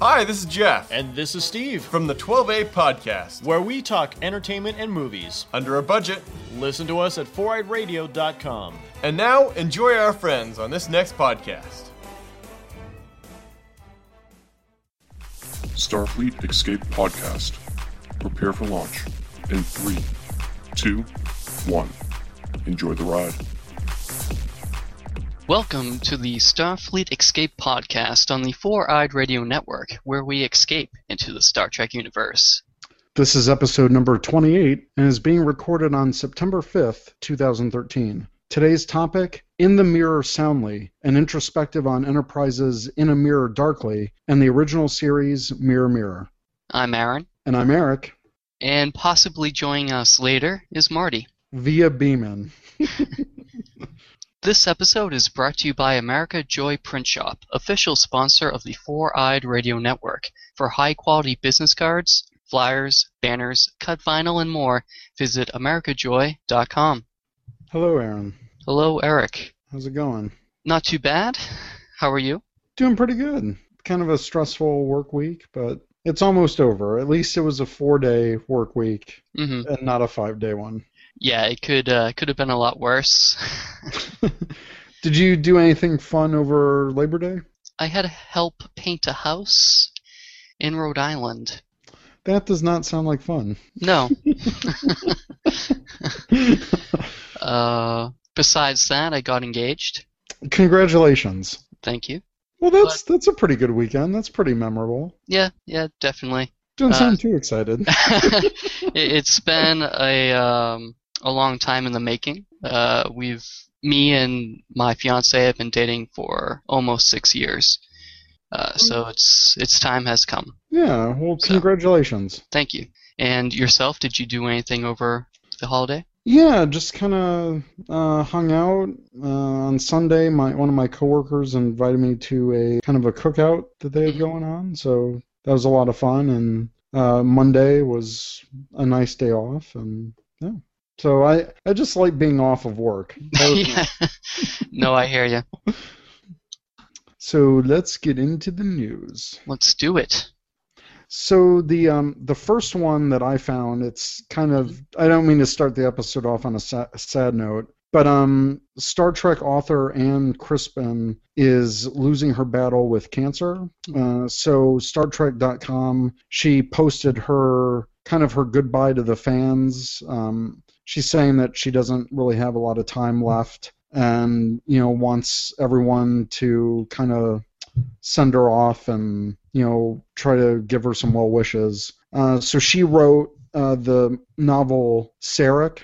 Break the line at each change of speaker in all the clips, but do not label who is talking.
Hi, this is Jeff
And this is Steve,
from the 12A podcast.
where we talk entertainment and movies.
Under a budget.
Listen to us at foureyedradio.com.
And now, enjoy our friends on this next podcast.
Starfleet Escape Podcast. Prepare for launch in three, two, one. Enjoy the ride.
Welcome to the Starfleet Escape podcast on the Four Eyed Radio Network, where we escape into the Star Trek universe.
This is episode number 28 and is being recorded on September 5th, 2013. Today's topic In the Mirror Soundly, an introspective on Enterprise's In a Mirror Darkly and the original series Mirror Mirror.
I'm Aaron,
And I'm Eric
and possibly joining us later is Marty.
via Beeman.
This episode is brought to you by America Joy Print Shop, official sponsor of the Four Eyed Radio Network. For high quality business cards, flyers, banners, cut vinyl, and more, visit AmericaJoy.com.
Hello, Aaron.
Hello, Eric.
How's it going?
Not too bad. How are you?
Doing pretty good. Kind of a stressful work week, but it's almost over. At least it was a four day work week
Mm-hmm.
and not a five day one.
Yeah, it could uh, could have been a lot worse.
Did you do anything fun over Labor Day?
I had to help paint a house in Rhode Island.
That does not sound like fun.
No. uh, besides that, I got engaged.
Congratulations.
Thank you.
Well, that's that's a pretty good weekend. That's pretty memorable.
Yeah, yeah, definitely.
Don't
Uh,
sound too excited.
it, it's been a um, a long time in the making. Uh, we've me and my fiance have been dating for almost six years. Uh, so it's its time has come.
yeah. Well,
so-
congratulations.
Thank you. And yourself, did you do anything over the holiday?
Yeah, just kind of uh, hung out uh, on Sunday. My one of my coworkers invited me to a kind of a cookout that they had
Mm-hmm.
going on, so that was a lot of fun. And uh, Monday was a nice day off, and yeah. So I I just like being off of work. That was
Yeah. no, I hear you.
So let's get into the news.
Let's do it.
So the um, the first one that I found, it's kind of I don't mean to start the episode off on a sa- sad note, but um, Star Trek author Anne Crispin is losing her battle with cancer. Uh, so StarTrek.com, she posted her kind of her goodbye to the fans. Um, she's saying that she doesn't really have a lot of time left, and you know wants everyone to kind of send her off and you know try to give her some well wishes. Uh, so she wrote uh, the novel Sarek,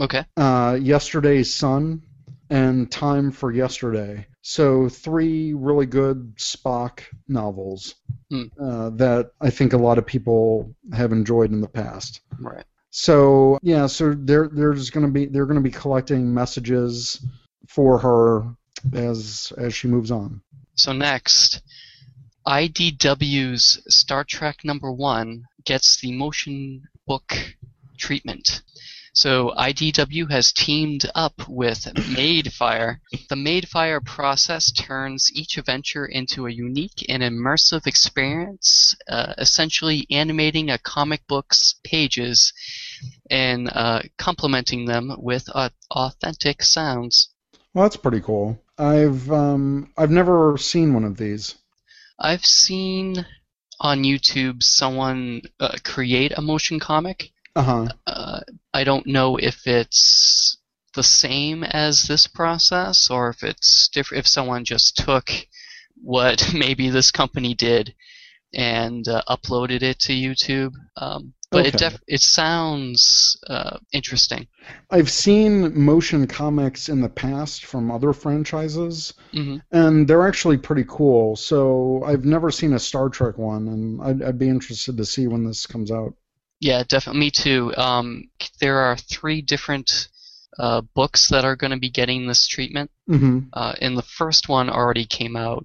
Okay.
uh, Yesterday's Sun, and Time for Yesterday. So three really good Spock novels
Hmm.
uh, that I think a lot of people have enjoyed in the past.
Right.
So yeah, so there there's gonna be they're gonna be collecting messages for her as as she moves on.
So next, IDW's Star Trek number one gets the motion book treatment. So IDW has teamed up with Madefire. The Madefire process turns each adventure into a unique and immersive experience, uh, essentially animating a comic book's pages and uh, complementing them with uh, authentic sounds.
Well, that's pretty cool. I've um, I've never seen one of these.
I've seen on YouTube someone uh, create a motion comic.
Uh huh.
Uh, I don't know if it's the same as this process or if it's different. If someone just took what maybe this company did and uh, uploaded it to YouTube, um, but it
Okay.
def- it sounds uh, interesting.
I've seen motion comics in the past from other franchises,
hmm
and they're actually pretty cool. So I've never seen a Star Trek one, and I'd, I'd be interested to see when this comes out.
Yeah, definitely. Me too. Um, there are three different uh, books that are going to be getting this treatment.
Mm-hmm.
uh, and the first one already came out.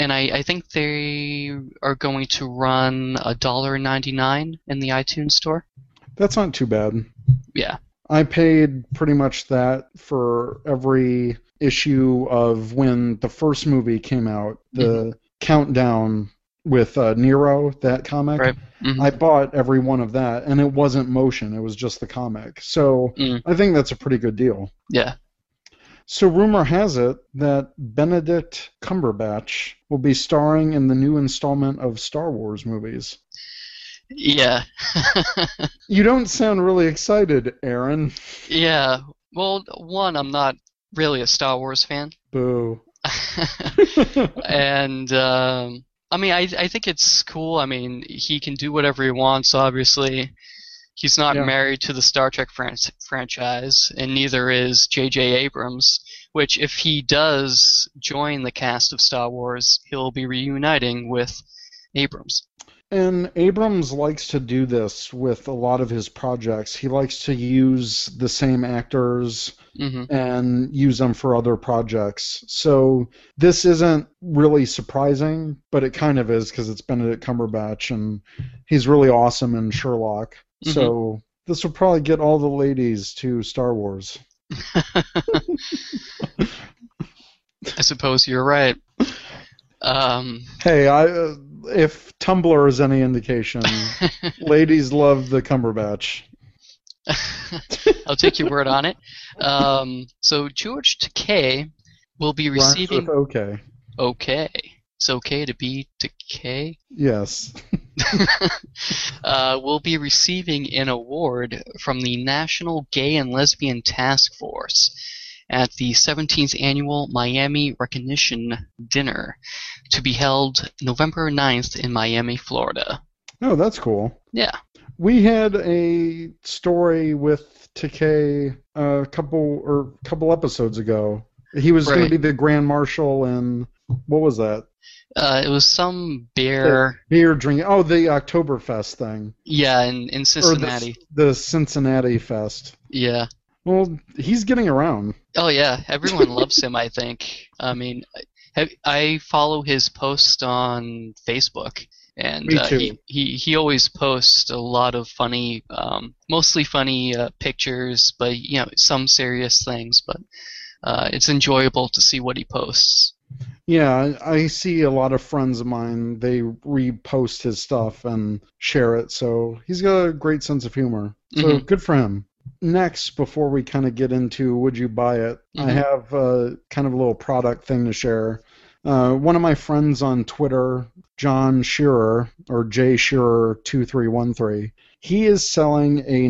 And I, I think they are going to run a dollar ninety nine in the iTunes store.
That's not too bad.
Yeah.
I paid pretty much that for every
Mm-hmm.
issue of when the first movie came out, the countdown with uh, Nero, that comic.
Right. Mhm.
I bought every one of that, and it wasn't motion; it was just the comic. So
Mm.
I think that's a pretty good deal.
Yeah.
So rumor has it that Benedict Cumberbatch will be starring in the new installment of Star Wars movies.
Yeah.
You don't sound really excited, Aaron.
yeah. Well, one, I'm not really a Star Wars fan.
Boo.
and um, I mean, I I think it's cool. I mean, he can do whatever he wants. Obviously, he's not
Yeah.
married to the Star Trek fran- franchise, and neither is J.J. Abrams. Which, if he does join the cast of Star Wars, he'll be reuniting with Abrams.
And Abrams likes to do this with a lot of his projects. He likes to use the same actors
hmm
and use them for other projects. So this isn't really surprising, but it kind of is because it's Benedict Cumberbatch and he's really awesome in Sherlock. So this will probably get all the ladies to Star Wars.
I suppose you're right. Um,
Hey, I uh, if Tumblr is any indication, ladies love the Cumberbatch.
I'll take your word on it. Um, so George Takei will be
Rhymes
receiving
with okay.
okay. It's okay to be decay.
Yes.
uh, will be receiving an award from the National Gay and Lesbian Task Force at the 17th annual Miami Recognition Dinner to be held November 9th in Miami, Florida.
No, Oh, that's cool.
Yeah.
We had a story with Takei a couple or couple episodes ago. He was going
Right.
to be the grand marshal in what was that?
Uh, it was some beer,
Beer drinking. Oh, the Oktoberfest thing.
yeah, in, in
Or the-
Cincinnati.
the, Cincinnati Fest.
Yeah.
Well, he's getting around.
Oh yeah, everyone loves him. I think. I mean, I, I follow his posts on Facebook, and
Me
uh,
too.
he, he he always posts a lot of funny, um, mostly funny uh, pictures, but you know some serious things. But uh, it's enjoyable to see what he posts.
Yeah, I I see a lot of friends of mine. They repost his stuff and share it. So he's got a great sense of humor. So
Mhm.
good for him. Next, before we kind of get into would you buy it, I
Mhm.
have a kind of a little product thing to share. Uh, one of my friends on Twitter, John Shearer or Jay Shearer two three one three, he is selling a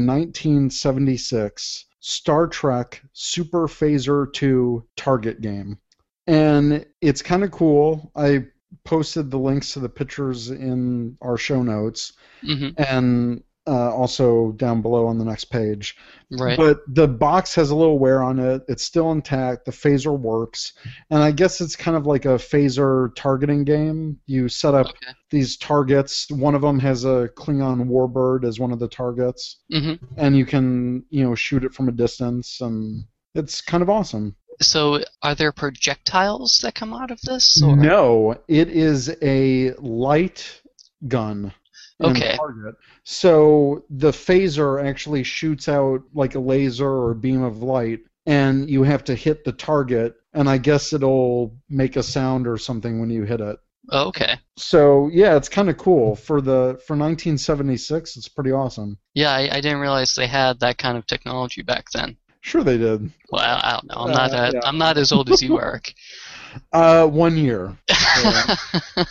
1976 Star Trek Super Phaser 2 target game and it's kind of cool. I posted the links to the pictures in our show notes
hmm
and uh, also down below on the next page.
Right.
But the box has a little wear on it. It's still intact. The phaser works. And I guess it's kind of like a phaser targeting game. You set up
okay.
these targets. One of them has a Klingon warbird as one of the targets.
hmm
And you can, you know, shoot it from a distance. And it's kind of awesome.
So, are there projectiles that come out of this? Or?
No, it is a light gun. and
Okay.
Target. So the phaser actually shoots out like a laser or beam of light, and you have to hit the target, and I guess it'll make a sound or something when you hit it.
Oh, okay.
So yeah, it's kind of cool for the for 1976. It's pretty awesome.
Yeah, I, I didn't realize they had that kind of technology back then.
Sure, they did.
Well, I I don't know. I'm not.
Uh,
a-
yeah.
I'm not as old as you, Eric.
Uh, one year. Yeah.
yeah.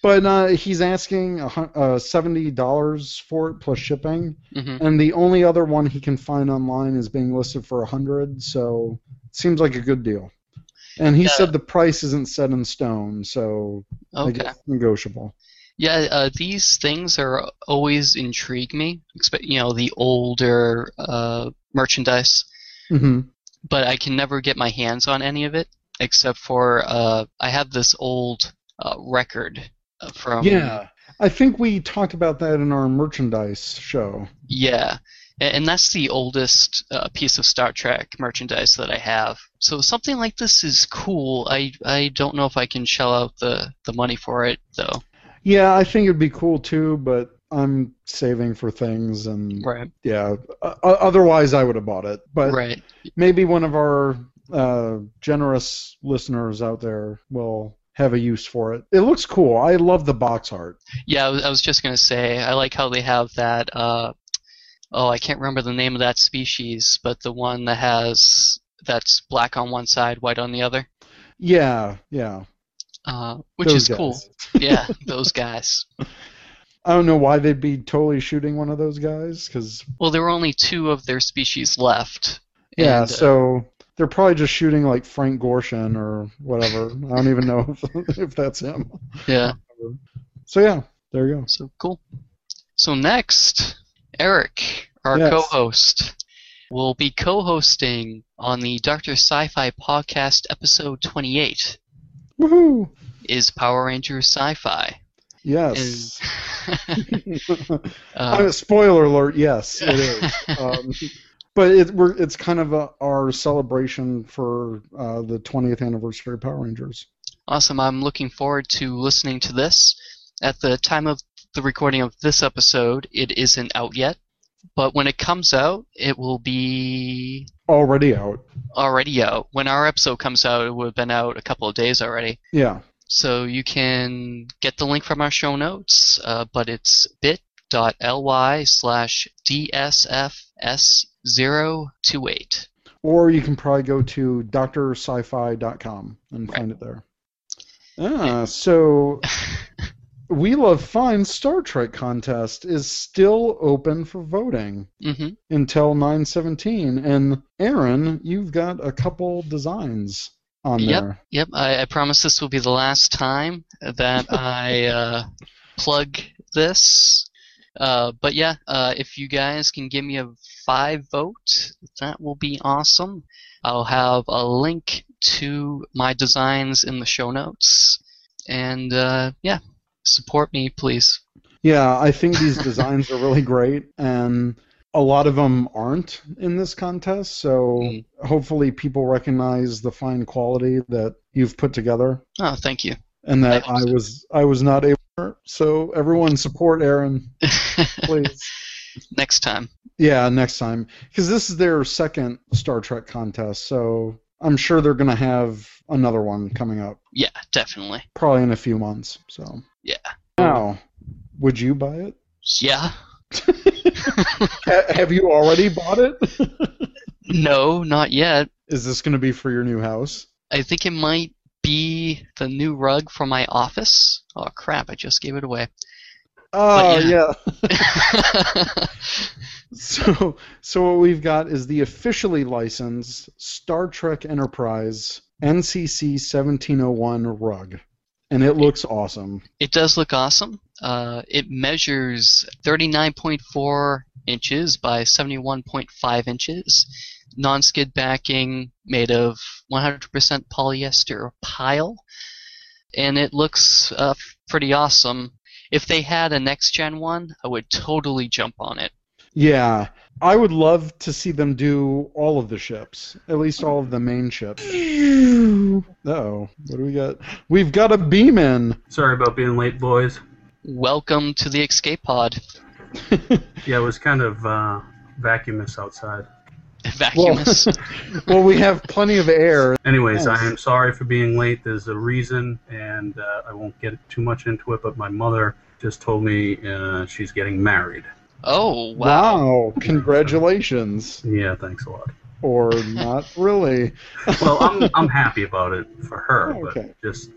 But uh, he's asking a hun- uh, seventy dollars for it plus shipping.
Mhm.
and the only other one he can find online is being listed for 100 so it seems like a good deal and he
Yeah.
said the price isn't set in stone so i
Okay.
guess it's negotiable
Yeah, uh, these things are always intrigue me. Expe- you know, the older uh, merchandise,
hmm
but I can never get my hands on any of it except for uh, I have this old uh, record uh, from
yeah i think we talked about that in our merchandise show
Yeah, a- and that's the oldest uh, piece of Star Trek merchandise that I have. So something like this is cool. I I don't know if I can shell out the the money for it though.
yeah i think it'd be cool too but i'm saving for things and
Right.
yeah uh, otherwise i would have bought it but
Right.
maybe one of our uh, generous listeners out there will have a use for it. It looks cool. I love the box art.
Yeah, I was, I was just gonna say I like how they have that. Uh, oh, I can't remember the name of that species, but the one that has that's black on one side, white on the other,
Yeah, yeah.
uh, which
Those
is
guys.
cool. yeah, those guys.
I don't know why they'd be totally shooting one of those guys because
Well, there were only two of their species left.
yeah,
and, uh,
so they're probably just shooting like Frank Gorshin or whatever. I don't even know if, if that's him.
uh, yeah,
So yeah, there you go.
so cool. So next, Eric, our
Yes.
co-host, will be co-hosting on the Doctor Sci-Fi podcast episode 28.
Woohoo!
Is Power Rangers sci-fi?
Yes.
Uh,
I mean, spoiler alert. Yes, it is. um, but it, we're, it's kind of a, our celebration for uh, the 20th anniversary of Power Rangers.
Awesome. I'm looking forward to listening to this. At the time of the recording of this episode, it isn't out yet, but when it comes out, it will be
Already out.
already out. When our episode comes out, it would have been out a couple of days already.
Yeah.
So you can get the link from our show notes, uh, but it's bit.ly slash DSFS028.
Or you can probably go to drsci-fi.com and find it there. Ah, so We Love Fine Star Trek contest is still open for voting
hmm
until 917 and Aaron, you've got a couple designs on
Yep.
there.
Yep, I, I promise this will be the last time that I uh, plug this. Uh, but yeah, uh, if you guys can give me a five vote, that will be awesome. I'll have a link to my designs in the show notes. And uh, yeah, support me, please.
Yeah, I think these designs are really great, and a lot of them aren't in this contest. So
Mm.
hopefully, people recognize the fine quality that you've put together,
Oh, thank you.
and that
I
I,
hope so.
was I was not able. to- So everyone support Aaron, please.
Next time.
yeah, next time because this is their second Star Trek contest, so I'm sure they're gonna have another one coming up
Yeah, definitely.
probably in a few months. So
Yeah.
Now, would you buy it?
Yeah.
Ha- have you already bought it?
No, not yet.
Is this going to be for your new house?
I think it might be the new rug for my office. Oh crap, I just gave it away.
Oh yeah.
yeah.
So so what we've got is the officially licensed Star Trek Enterprise NCC 1701 rug, and it looks awesome.
it does look awesome. Uh, it measures 39.4 inches by 71.5 inches. Non skid backing made of 100% polyester pile. And it looks uh, pretty awesome. If they had a next gen one, I would totally jump on it.
Yeah, I would love to see them do all of the ships, at least all of the main ships. Oh, what do we got? We've got a beam in.
Sorry about being late, boys.
Welcome to the escape pod.
Yeah, it was kind of uh, vacuumous outside.
Vacuous.
well, we have plenty of air.
Anyways,
Nice.
I am sorry for being late. There's a reason, and uh, I won't get too much into it, but my mother just told me uh, she's getting married.
Oh wow.
Wow! Congratulations,
Yeah, thanks a lot.
or not really.
Well, I'm, I'm happy about it for her,
Oh, okay.
but just,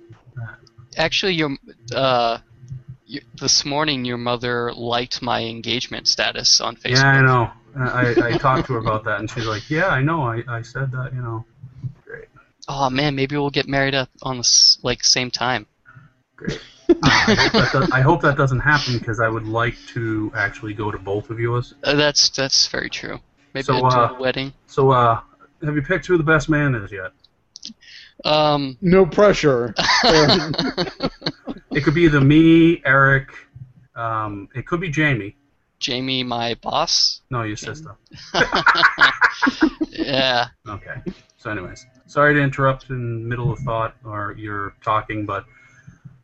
Actually, your uh, your, this morning your mother liked my engagement status on Facebook.
yeah, I know. I, I I talked to her about that, and she's like, yeah, I know. I, I said that, you know. Great.
Oh man, maybe we'll get married up on the s- like same time.
I hope that, does, I hope that doesn't happen because I would like to actually go to both of yours.
Uh, that's that's very true. Maybe
So,
a dual
uh,
wedding.
So, uh, have you picked who the best man is yet?
Um,
No pressure. Aaron.
It could be either me, Eric. Um, it could be Jamie.
Jamie, my boss.
No, your sister.
Yeah.
Okay. So, anyways, sorry to interrupt in middle of thought or you're talking, but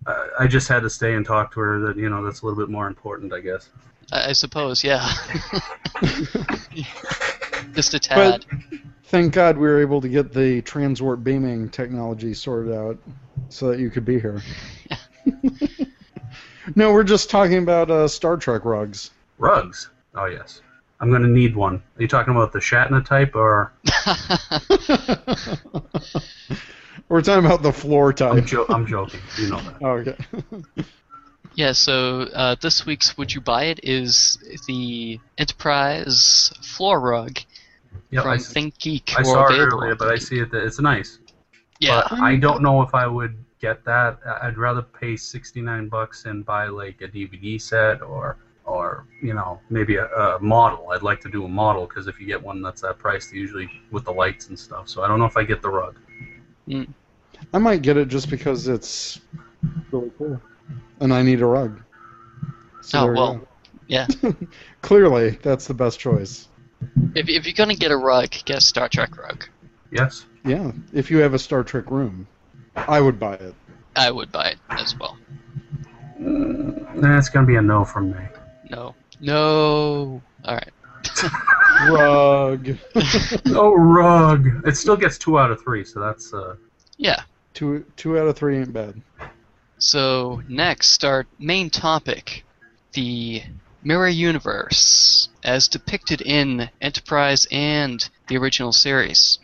uh, I just had to stay and talk to her. That you know, that's a little bit more important, I guess.
I I suppose, yeah. Just a tad.
But- Thank God we were able to get the transwarp beaming technology sorted out. so that you could be here. no, we're just talking about uh, Star Trek rugs.
Rugs. Oh yes. I'm gonna need one. Are you talking about the Shatna type or
We're talking about the floor
I'm,
type.
jo- I'm joking. You know that.
Oh, okay.
Yeah, so uh, this week's Would You Buy It is the Enterprise floor rug
Yep, I,
from
s-
Think Geek.
I
or
saw it
available
earlier,
on
but I
ThinkGeek.
see it. That it's nice.
Yeah,
But I don't know if I would get that. I- I'd rather pay 69 bucks and buy like a DVD set or or you know maybe a, a model. I'd like to do a model because if you get one that's that price, they usually with the lights and stuff. So I don't know if I get the rug.
I might get it just because it's really cool, and I need a rug. So
Oh,
there you
well,
go.
yeah.
Clearly, that's the best choice.
if, if you're gonna get a rug, get a Star Trek rug.
Yes.
Yeah, if you have a Star Trek room, I would buy it.
I would buy it as well.
That's gonna be a no from me.
No, no. All right.
Rug.
No rug. It still gets two out of three, so that's uh,
Yeah.
two two out of three ain't bad.
So next, our main topic, the mirror universe, as depicted in Enterprise and the original series.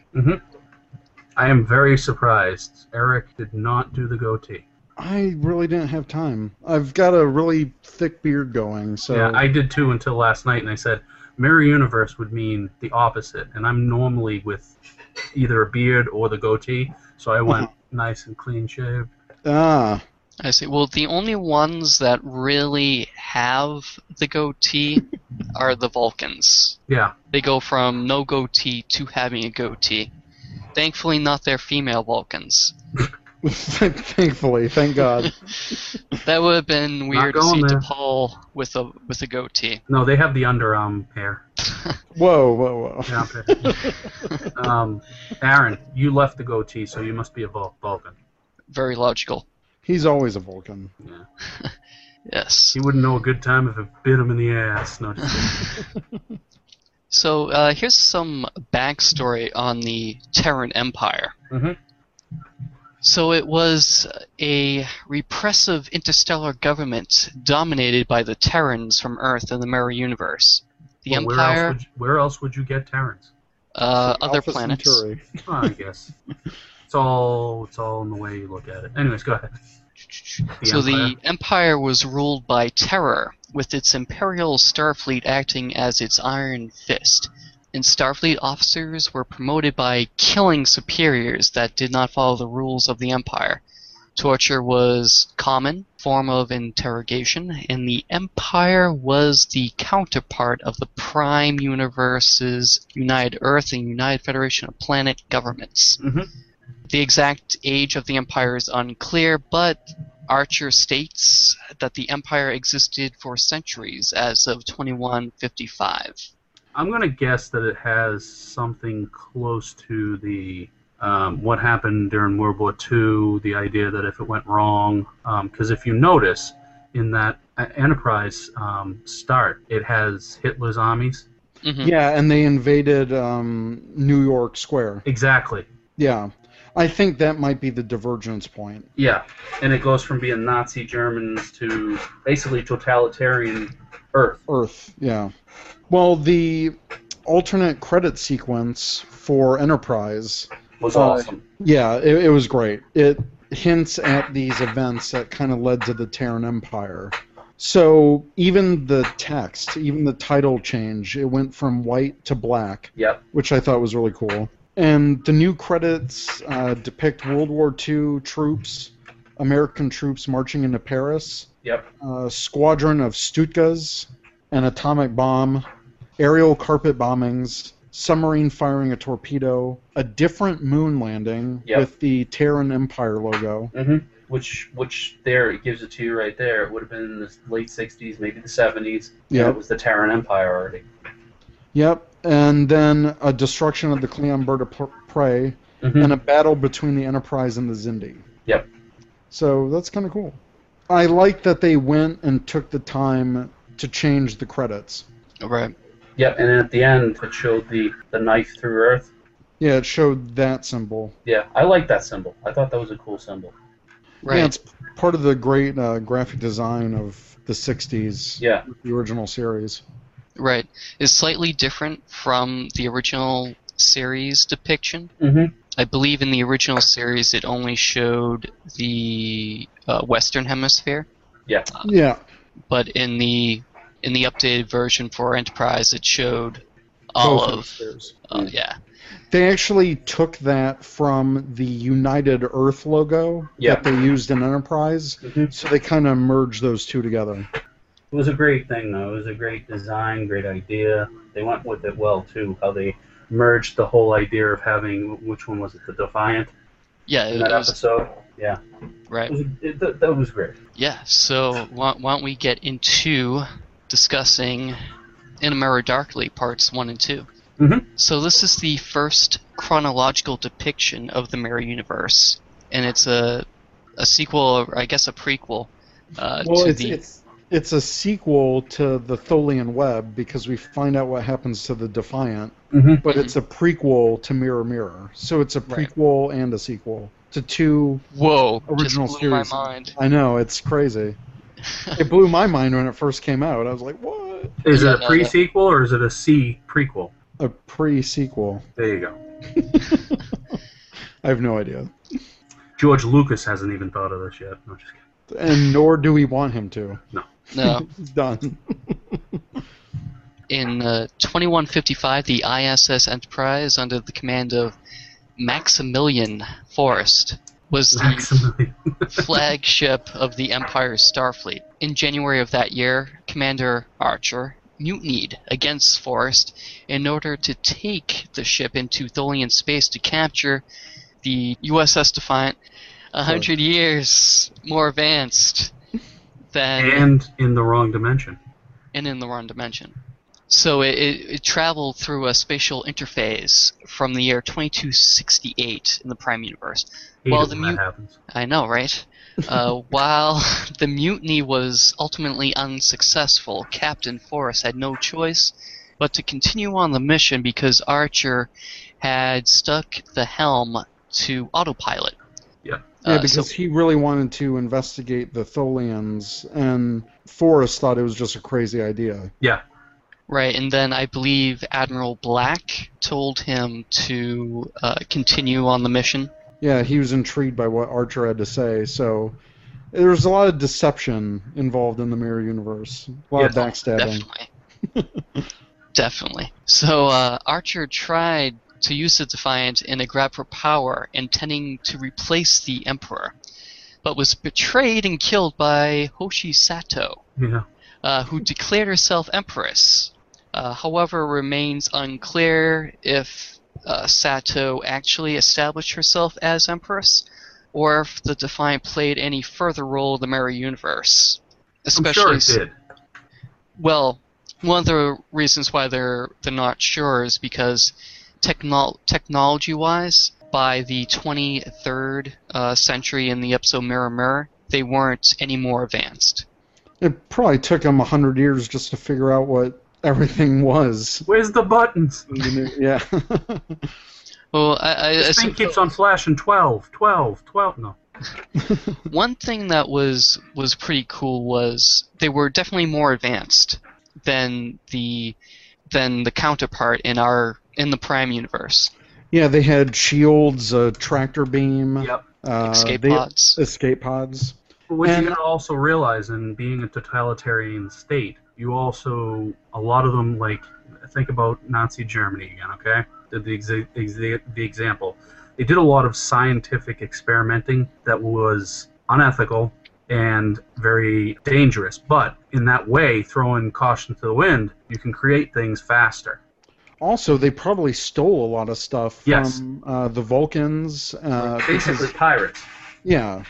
I am very surprised. Eric did not do the goatee.
I really didn't have time. I've got a really thick beard going, so
yeah, I did too until last night, and I said mirror universe would mean the opposite, and I'm normally with either a beard or the goatee, so I went nice and clean shaved.
ah,
I see. Well, the only ones that really have the goatee are the Vulcans.
Yeah,
They go from no goatee to having a goatee. Thankfully, not their female Vulcans.
thankfully, thank God.
That would have been weird to
going
see
there.
DePaul with a with a goatee.
no, they have the underarm hair.
Whoa, whoa, whoa.
Yeah, um, Aaron, you left the goatee, so you must be a Vul- Vulcan.
Very logical.
He's always a Vulcan.
Yeah,
Yes.
he wouldn't know a good time if it bit him in the ass. No, just kidding.
So uh, here's some backstory on the Terran Empire.
Mhm.
So it was a repressive interstellar government dominated by the Terrans from Earth and the Mirror Universe. The
Well, Where else,
Empire,
would you, where else would you get Terrans?
uh, other
Alpha
planets. Mm-hmm.
Centauri.
Oh, I guess it's all it's all in the way you look at it. Anyways, go ahead.
so
Empire.
the Empire was ruled by terror, with its Imperial Starfleet acting as its iron fist. And Starfleet officers were promoted by killing superiors that did not follow the rules of the Empire. Torture was common form of interrogation, and the Empire was the counterpart of the Prime Universe's United Earth and United Federation of Planet governments.
Mhm.
The exact age of the Empire is unclear, but Archer states that the Empire existed for centuries as of 2155.
I'm gonna guess that it has something close to the um, what happened during World War II. The idea that if it went wrong, because if you notice in that uh, Enterprise um, start, it has Hitler's armies.
Mhm.
Yeah, and they invaded um, New York Square.
Exactly.
Yeah, I think that might be the divergence point.
Yeah, and it goes from being Nazi Germans to basically totalitarian Earth.
Earth, yeah. Well, the alternate credit sequence for Enterprise
Was
Uh,
awesome.
Yeah, it, it was great. It hints at these events that kind of led to the Terran Empire. So even the text, even the title change, it went from white to black,
Yep.
which I thought was really cool. And the new credits uh, depict World War II troops, American troops marching into Paris,
Yep.
a squadron of Stuttgas, an atomic bomb, aerial carpet bombings, submarine firing a torpedo, a different moon landing
Yep.
with the Terran Empire logo.
Mm-hmm. Which, which there it gives it to you right there. It would have been in the late '60s, maybe the '70s.
Yeah.
It was the Terran Empire already.
Yep, and then a destruction of the Cleon bird of pr- prey,
Mhm.
and a battle between the Enterprise and the Zindi.
Yep.
So that's kind of cool. I like that they went and took the time to change the credits.
Right.
Yep. And at the end, it showed the the knife through Earth.
Yeah, it showed that symbol.
Yeah, I like that symbol. I thought that was a cool symbol.
Right.
Yeah, it's part of the great uh, graphic design of the 60s,
Yeah.
the original series.
Right. Is slightly different from the original series depiction.
Mm-hmm.
I believe in the original series it only showed the uh, Western Hemisphere,
Yeah,
but in the in the updated version for Enterprise it showed all
both
of
hemispheres.
uh, yeah
They actually took that from the United Earth logo
Yeah.
that they used in Enterprise,
Mm-hmm.
so they kind of merged those two together.
It was a great thing, though. It was a great design, great idea. They went with it well too. How they merged the whole idea of having which one was it, the Defiant
yeah
in
it,
that
it was
episode? Yeah,
right
it was, it, that, that was great.
Yeah, so why, why don't we get into discussing In a Mirror Darkly parts 1 and 2.
Mhm.
So this is the first chronological depiction of the Mirror Universe, and it's a, a sequel, or I guess a prequel, uh,
well,
to
it's,
the...
it's it's a sequel to the Tholian Web because we find out what happens to the Defiant,
Mm-hmm.
but it's a prequel to Mirror Mirror. So it's a
Right.
prequel and a sequel to two.
Whoa,
original
just blew my
series.
mind.
I know it's crazy. it blew my mind when it first came out. I was like, what?
Is
Yeah,
it
no,
a pre sequel or is it a C prequel?
A pre-sequel.
There you go.
I have no idea.
George Lucas hasn't even thought of this yet. No, just kidding.
And nor do we want him to.
No.
He's done.
Uh, In uh, 2155, the ISS Enterprise, under the command of Maximilian Forrest, was the
Maximilian.
flagship of the Empire's Starfleet. In January of that year, Commander Archer mutinied against Forrest in order to take the ship into Tholian space to capture the USS Defiant, a hundred years more advanced than
and in the wrong dimension.
and in the wrong dimension. So it, it, it traveled through a spatial interface from the year 2268 in the Prime Universe.
Hate
Well,
it
the
when
mute-
that happens.
I know, right? Uh, while the mutiny was ultimately unsuccessful, Captain Forrest had no choice but to continue on the mission because Archer had stuck the helm to autopilot.
Yeah.
Yeah,
Uh,
because
so-
he really wanted to investigate the Tholians, and Forrest thought it was just a crazy idea.
Yeah.
Right, and then I believe Admiral Black told him to uh, continue on the mission.
Yeah, he was intrigued by what Archer had to say, so there was a lot of deception involved in the Mirror Universe. A lot of
Yeah,
backstabbing.
Definitely. Definitely. So uh, Archer tried to use the Defiant in a grab for power, intending to replace the Emperor, but was betrayed and killed by Hoshi Sato,
Yeah.
uh, who declared herself Empress. Uh, however, remains unclear if uh, Sato actually established herself as Empress, or if the Defiant played any further role in the Mirror Universe.
I'm
Especially
sure it
s-
did.
well, one of the reasons why they're they're not sure is because technol technology-wise, by the 23rd uh, century in the episode Mirror Mirror, they weren't any more advanced.
It probably took him a hundred years just to figure out what everything was.
Where's the buttons?
yeah.
Well, I, I, I
This thing
suppose
keeps on flashing 12, 12, 12. No.
one thing that was was pretty cool was they were definitely more advanced than the than the counterpart in our in the Prime universe.
yeah, they had shields, a tractor beam,
Yep.
uh,
escape
they-
pods.
Escape pods.
But what
And-
you gotta also realize in being a totalitarian state, you also a lot of them like think about Nazi Germany again. Okay, the the, exa- exa- the example they did a lot of scientific experimenting that was unethical and very dangerous. But in that way, throwing caution to the wind, you can create things faster.
Also, they probably stole a lot of stuff
Yes.
from uh, the Vulcans. Uh,
Basically,
because-
pirates.
yeah,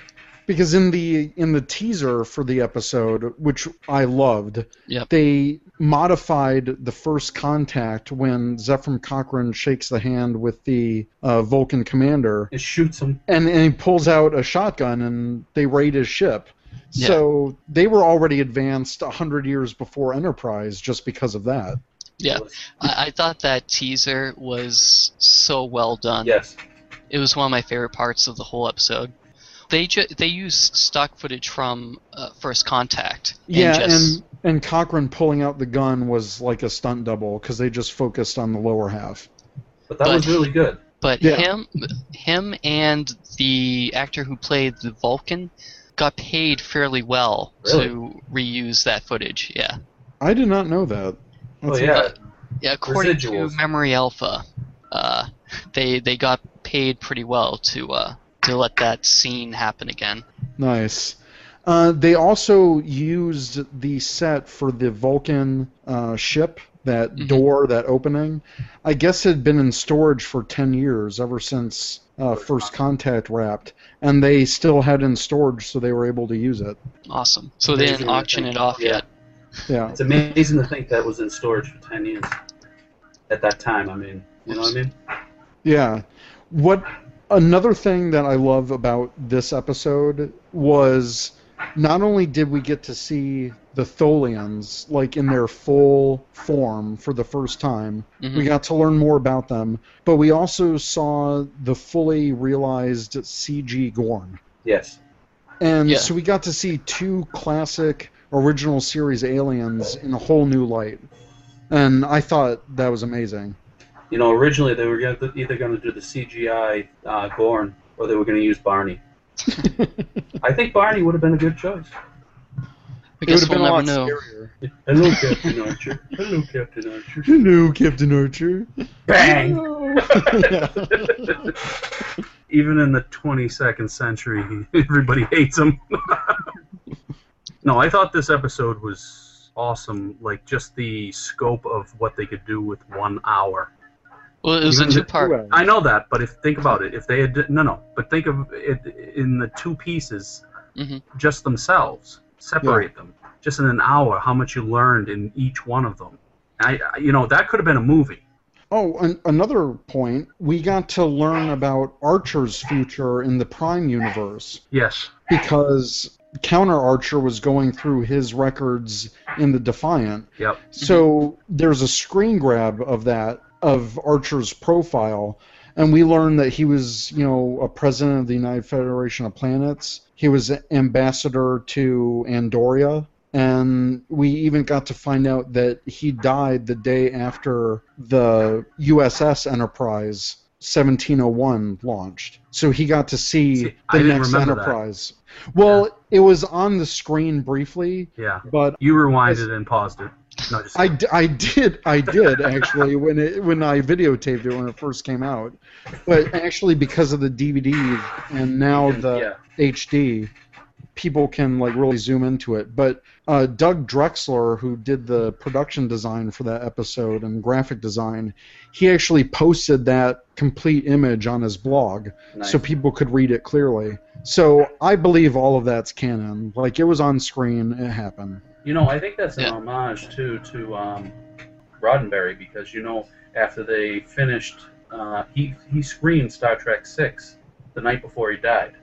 because in the in the teaser for the episode, which I loved,
Yep.
they modified the first contact when Zephyr Cochrane shakes the hand with the uh, Vulcan commander,
It shoots them.
and, and he pulls out a shotgun, and they raid his ship.
Yeah.
So they were already advanced hundred years before Enterprise, just because of that.
Yeah, I, I thought that teaser was so well done.
Yes.
It was one of my favorite parts of the whole episode. they ju- they used stock footage from uh, First Contact. and
yeah,
just-
and and Cochrane pulling out the gun was like a stunt double because they just focused on the lower half.
But that
But-
was really good.
but
yeah.
him him and the actor who played the Vulcan got paid fairly well to reuse that footage. Yeah,
I did not know that.
Well,
That's-
Oh, yeah,
yeah. According
Residuals.
to Memory Alpha, uh, they they got paid pretty well to uh, to let that scene happen again.
Nice. Uh, they also used the set for the Vulcan uh, ship, that
Mhm.
door, that opening. I guess it had been in storage for 10 years, ever since uh, First Contact wrapped, and they still had it in storage, so they were able to use it.
Awesome. So they
Amazing
didn't
to
auction
think-
it off
yeah.
yet.
Yeah.
It's amazing to think that was in storage for 10 years. At that time, I mean. You know what I mean?
Yeah. What another thing that I love about this episode was not only did we get to see the Tholians like in their full form for the first time,
Mhm.
we got to learn more about them, but we also saw the fully realized CG Gorn.
Yes.
And
Yeah.
so we got to see two classic original series aliens in a whole new light. And I thought that was amazing.
You know, originally they were gonna, either going to do the CGI uh, Gorn or they were going to use Barney. I think Barney would have been a good choice.
I
It would
guess
have been
we'll
a
never
lot
know.
scarier.
Hello, Captain Archer. Hello, Captain Archer.
Hello, Captain Archer.
Bang! Even in the 22nd century, everybody hates him. no, I thought this episode was awesome. Like, just the scope of what they could do with one hour.
Well, it was a
Even the-
two-part.
I know that, but if think about it, if they had no, no, but think of it in the two pieces,
Mhm.
just themselves, separate them, just in an hour, how much you learned in each one of them. I, I- you know, that could have been a movie.
Oh, an- another point. We got to learn about Archer's future in the Prime universe
Yes,
because Counter Archer was going through his records in the Defiant.
yep,
So there's a screen grab of that of Archer's profile, and we learned that he was, you know, a president of the United Federation of Planets. He was ambassador to Andoria, and we even got to find out that he died the day after the USS Enterprise 1701 launched. So he got to see,
See, I
the
didn't
next
remember that.
Enterprise. Well, it was on the screen briefly,
yeah.
but
You rewinded and paused it. No, just
I, d- I did I did actually when it when I videotaped it when it first came out, but actually because of the DVD and now the HD, people can like really zoom into it. But uh, Doug Drexler, who did the production design for that episode and graphic design, he actually posted that complete image on his blog
nice.
so people could read it clearly. So I believe all of that's canon. Like it was on screen, it happened.
You know, I think that's an
Yeah.
homage too to um, Roddenberry because you know after they finished, uh, he he screened Star Trek Six the night before he died.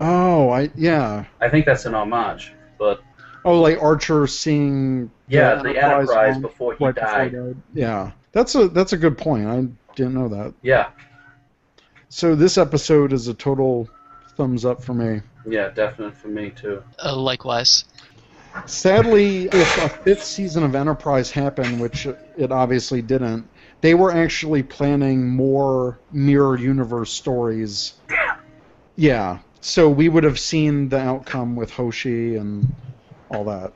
Oh, I yeah.
I think that's an homage, but
Oh, like Archer seeing
yeah,
the
the Enterprise
bomb
before he
right before
died.
he died. Yeah, that's a that's a good point. I didn't know that.
Yeah,
So this episode is a total thumbs up for me.
yeah, definite for me too.
Uh, likewise.
Sadly, if a fifth season of Enterprise happened, which it obviously didn't, they were actually planning more mirror universe stories. Yeah. So we would have seen the outcome with Hoshi and all that.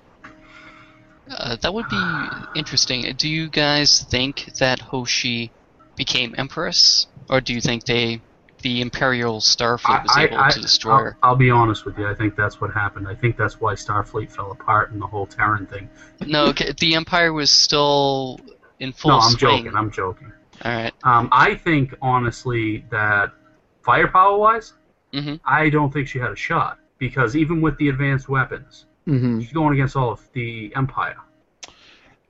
Uh, that would be interesting. Do you guys think that Hoshi became Empress, or do you think they, the Imperial Starfleet, was able to destroy her?
I'll, I'll be honest with you. I think that's what happened. I think that's why Starfleet fell apart and the whole Terran thing.
No, okay, the Empire was still in full
no, I'm
swing.
joking. I'm joking.
All right.
Um, I think honestly that firepower wise,
Mhm.
I don't think she had a shot because even with the advanced weapons,
hmm
she's going against all of the Empire.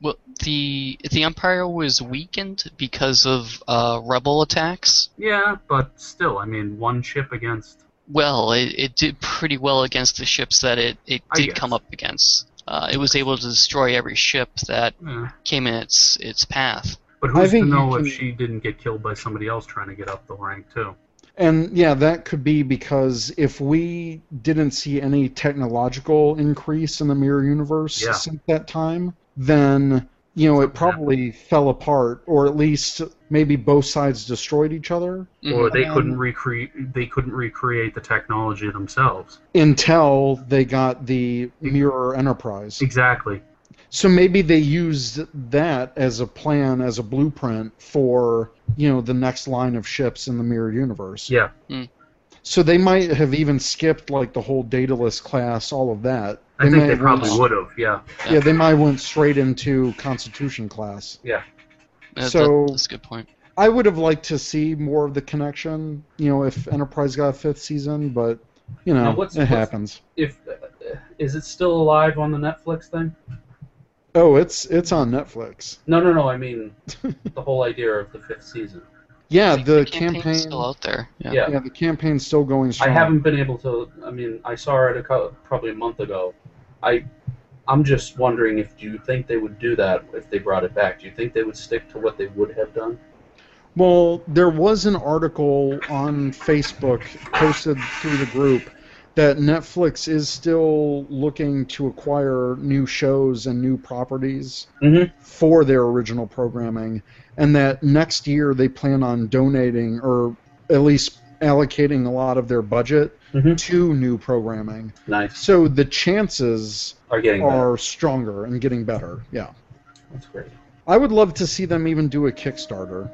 Well, the the Empire was weakened because of uh, rebel attacks.
Yeah, but still, I mean, one ship against.
Well, it, it did pretty well against the ships that it, it
I
did
guess.
come up against. Uh, it was able to destroy every ship that
eh.
came in its its path.
But
I
who's to
think you
know if
can-
she didn't get killed by somebody else trying to get up the rank too?
And yeah, that could be because if we didn't see any technological increase in the mirror universe
Yeah.
since that time, then you know it probably fell apart, or at least maybe both sides destroyed each other
or they
Um,
couldn't recreate they couldn't recreate the technology themselves.
until they got the mirror enterprise.
Exactly.
So maybe they used that as a plan, as a blueprint for you know the next line of ships in the mirror universe.
Yeah.
So they might have even skipped like the whole dataless class, all of that.
I
may
think they
have
probably
went-
would have. Yeah.
Yeah, they might have went straight into Constitution class.
Uh, That-
so-
that, that's a good point.
I would have liked to see more of the connection. You know, if Enterprise got a fifth season, but you know,
Now, what's-
it
what's-
happens.
If uh, is it still alive on the Netflix thing?
Oh, it's it's on Netflix.
No, no, no. I mean, the whole idea of the fifth season.
Yeah, the
campaign's
campaign.
still out there. Yeah.
Yeah.
Yeah, the campaign's still going
I
strong.
haven't been able to. I mean, I saw it a cou- probably a month ago. I, I'm just wondering if do you think they would do that if they brought it back? Do you think they would stick to what they would have done?
Well, there was an article on Facebook posted through the group that Netflix is still looking to acquire new shows and new properties
Mhm.
for their original programming, and that next year they plan on donating or at least allocating a lot of their budget
Mhm.
to new programming.
Nice.
So the chances
Are getting better.
are stronger and getting better. Yeah.
That's great.
I would love to see them even do a Kickstarter.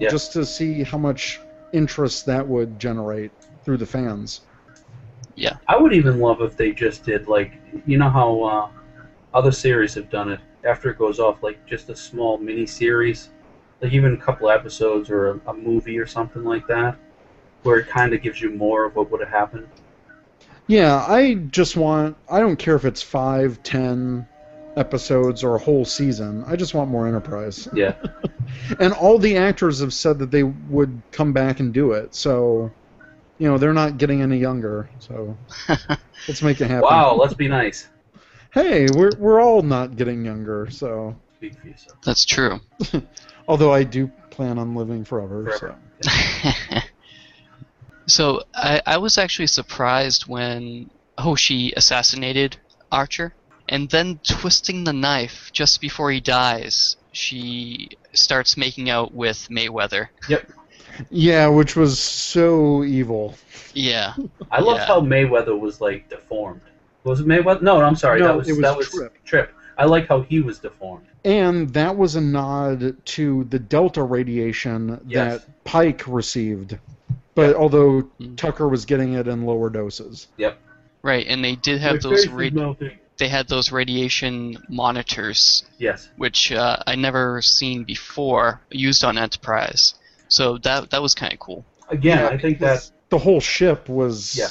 Yeah.
Just to see how much interest that would generate through the fans.
I would even love if they just did like you know how uh, other series have done it. After it goes off, like just a small mini series, like even a couple episodes or a, a movie or something like that, where it kind of gives you more of what would have happened.
Yeah, I just want I don't care if it's five, ten episodes or a whole season. I just want more enterprise.
Yeah.
And all the actors have said that they would come back and do it, so you know, they're not getting any younger, so let's make it happen.
Wow, let's be nice.
Hey, we're we're all not getting younger, so
Speak for yourself.
That's true.
although I do plan on living forever, so
Forever.
so I, I was actually surprised when Hoshi assassinated Archer, and then twisting the knife just before he dies, she starts making out with Mayweather.
Yeah, which was so evil.
Yeah,
I loved
Yeah.
how Mayweather was like deformed. Was it Mayweather? No, I'm sorry.
No,
that was,
it was
that was
Tripp.
Tripp. I like how he was deformed.
And that was a nod to the delta radiation
Yes. Mm-hmm.
that Pike received. But although
Mm.
Tucker was getting it in lower doses.
right. And they did have those. Ra- they had those radiation monitors,
Yes.
which uh, I never seen before used on Enterprise. So that that was kind of cool.
Again, I think that
the whole ship was
Yeah.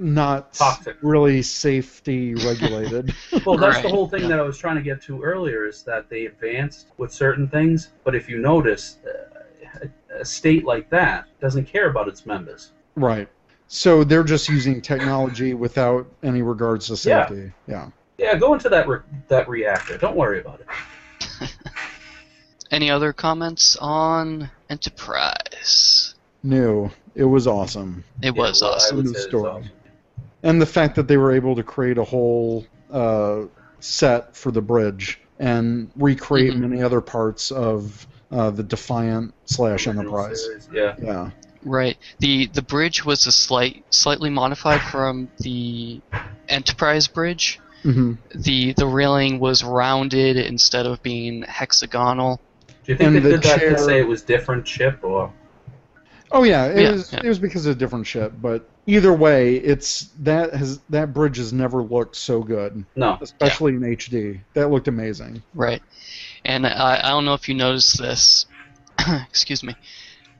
not
Toxic.
really safety regulated.
well, that's the
Right,
whole thing
yeah.
that I was trying to get to earlier is that they advanced with certain things, but if you notice, uh, a, a state like that doesn't care about its members.
right. So they're just using technology without any regards to
Yeah.
safety. Yeah.
Yeah, go into that re- that reactor. Don't worry about it.
Any other comments on Enterprise?
No, it was awesome.
It was
well, I
awesome.
would
New
say it's
story.
awesome.
and the fact that they were able to create a whole uh, set for the bridge and recreate
Mhm.
many other parts of uh, the Defiant slash
Original
Enterprise.
series, Yeah.
Yeah,
Right. The the bridge was a slight slightly modified from the Enterprise bridge.
hmm
The the railing was rounded instead of being hexagonal.
Do you think
And
they
the
did that
chair-
to say it was different chip or?
Oh yeah, it
Yeah,
was
yeah.
it was because of a different ship, but either way, it's that has that bridge has never looked so good,
No.
especially in HD. That looked amazing.
Right. And I, I don't know if you noticed this. excuse me.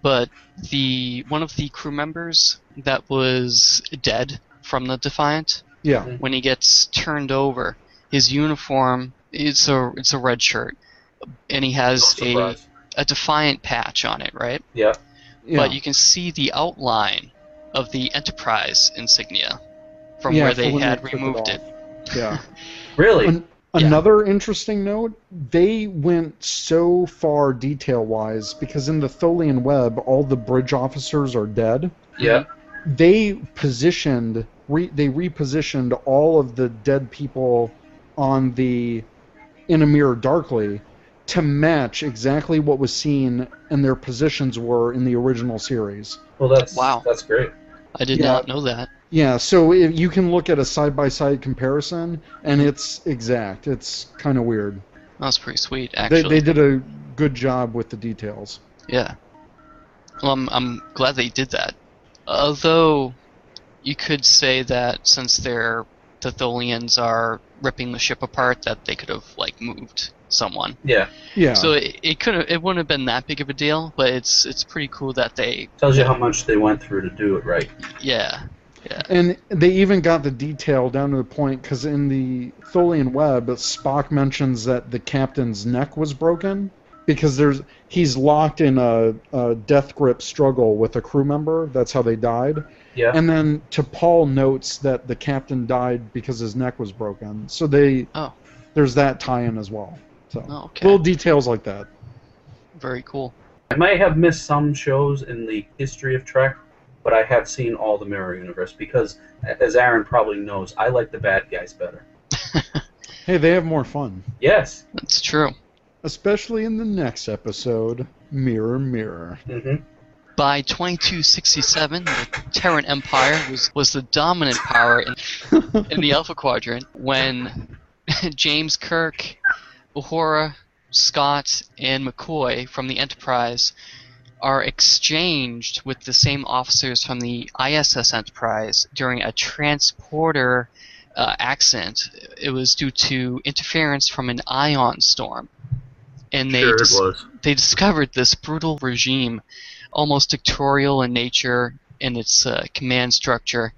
But the one of the crew members that was dead from the Defiant,
Yeah,
when he gets turned over, his uniform it's a it's a red shirt. And he
no
has a,
surprise.
a defiant patch on it, right?
Yeah.
yeah.
but you can see the outline of the Enterprise insignia from
Yeah,
where
from
they
when they
had
took it
removed
off.
it.
yeah.
Really?
An-
Yeah.
Another interesting note, they went so far detail wise because in the Tholian web, all the bridge officers are dead.
Yeah.
they positioned re, they repositioned all of the dead people on the in a mirror darkly to match exactly what was seen and their positions were in the original series
Well, that's
Wow.
That's great.
I did
Yeah.
not know that.
yeah so if you can look at a side-by-side comparison and it's exact it's kind of weird
That's pretty sweet,
they,
actually.
they did a good job with the details
Yeah. Well, I'm, I'm glad they did that. Although, you could say that since they're the Tholians are ripping the ship apart, that they could have like moved someone.
Yeah.
yeah
So it, it could it wouldn't have been that big of a deal, but it's it's pretty cool that they
Tells you how much they went through to do it right.
yeah
And they even got the detail down to the point because in the Tholian web, Spock mentions that the captain's neck was broken because there's he's locked in a, a death grip struggle with a crew member. That's how they died.
Yeah.
And then T'Pol notes that the captain died because his neck was broken. So they
Oh.
there's that tie-in as well. So
Oh, okay
little details like that.
very cool
I may have missed some shows in the history of Trek, but I have seen all the Mirror Universe because, a- as Aaron probably knows, I like the bad guys better.
Hey, they have more fun,
Yes.
that's true.
especially in the next episode, Mirror Mirror.
hmm
By 2267, the Terran Empire was, was the dominant power in, in the Alpha Quadrant when James Kirk, Uhura, Scott, and McCoy from the Enterprise are exchanged with the same officers from the ISS Enterprise during a transporter uh, accident. It was due to interference from an ion storm. And they
sure
dis-
it was.
they discovered this brutal regime, almost dictatorial in nature in its uh, command structure,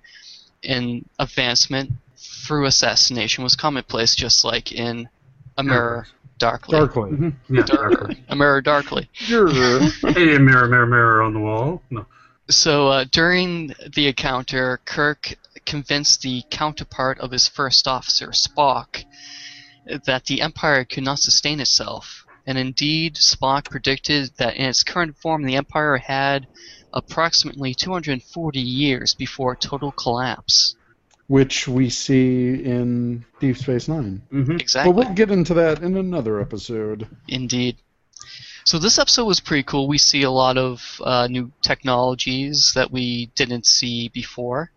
and advancement through assassination was commonplace, just like in A Mirror Darkly.
Darkly.
Yeah,
Darkly. A Mirror Darkly.
Sure.
hey, mirror, mirror, mirror on the wall. No.
So uh, during the encounter, Kirk convinced the counterpart of his first officer, Spock, that the Empire could not sustain itself. And indeed, Spock predicted that in its current form, the Empire had approximately 240 years before total collapse.
which we see in Deep Space Nine.
Mm-hmm.
hmm
Exactly.
But we'll get into that in another episode.
Indeed. So this episode was pretty cool. We see a lot of uh, new technologies that we didn't see before.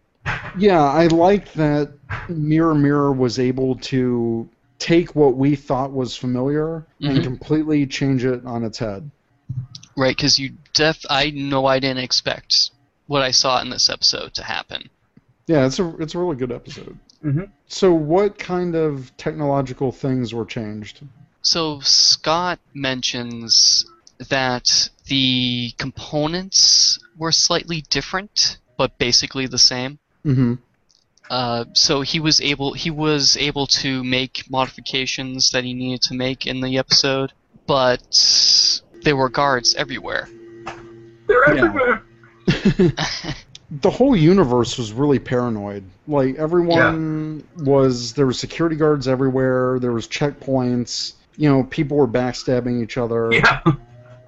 Yeah, I liked that Mirror Mirror was able to take what we thought was familiar
Mhm.
and completely change it on its head.
Right, because you def I know I didn't expect what I saw in this episode to happen.
Yeah, it's a it's a really good episode.
Mhm.
So, what kind of technological things were changed?
So Scott mentions that the components were slightly different, but basically the same.
Mm-hmm.
Uh, so he was able he was able to make modifications that he needed to make in the episode, but there were guards everywhere.
They're
Yeah.
everywhere.
the whole universe was really paranoid. Like everyone was there were security guards everywhere, there was checkpoints, you know, people were backstabbing each other.
Yeah.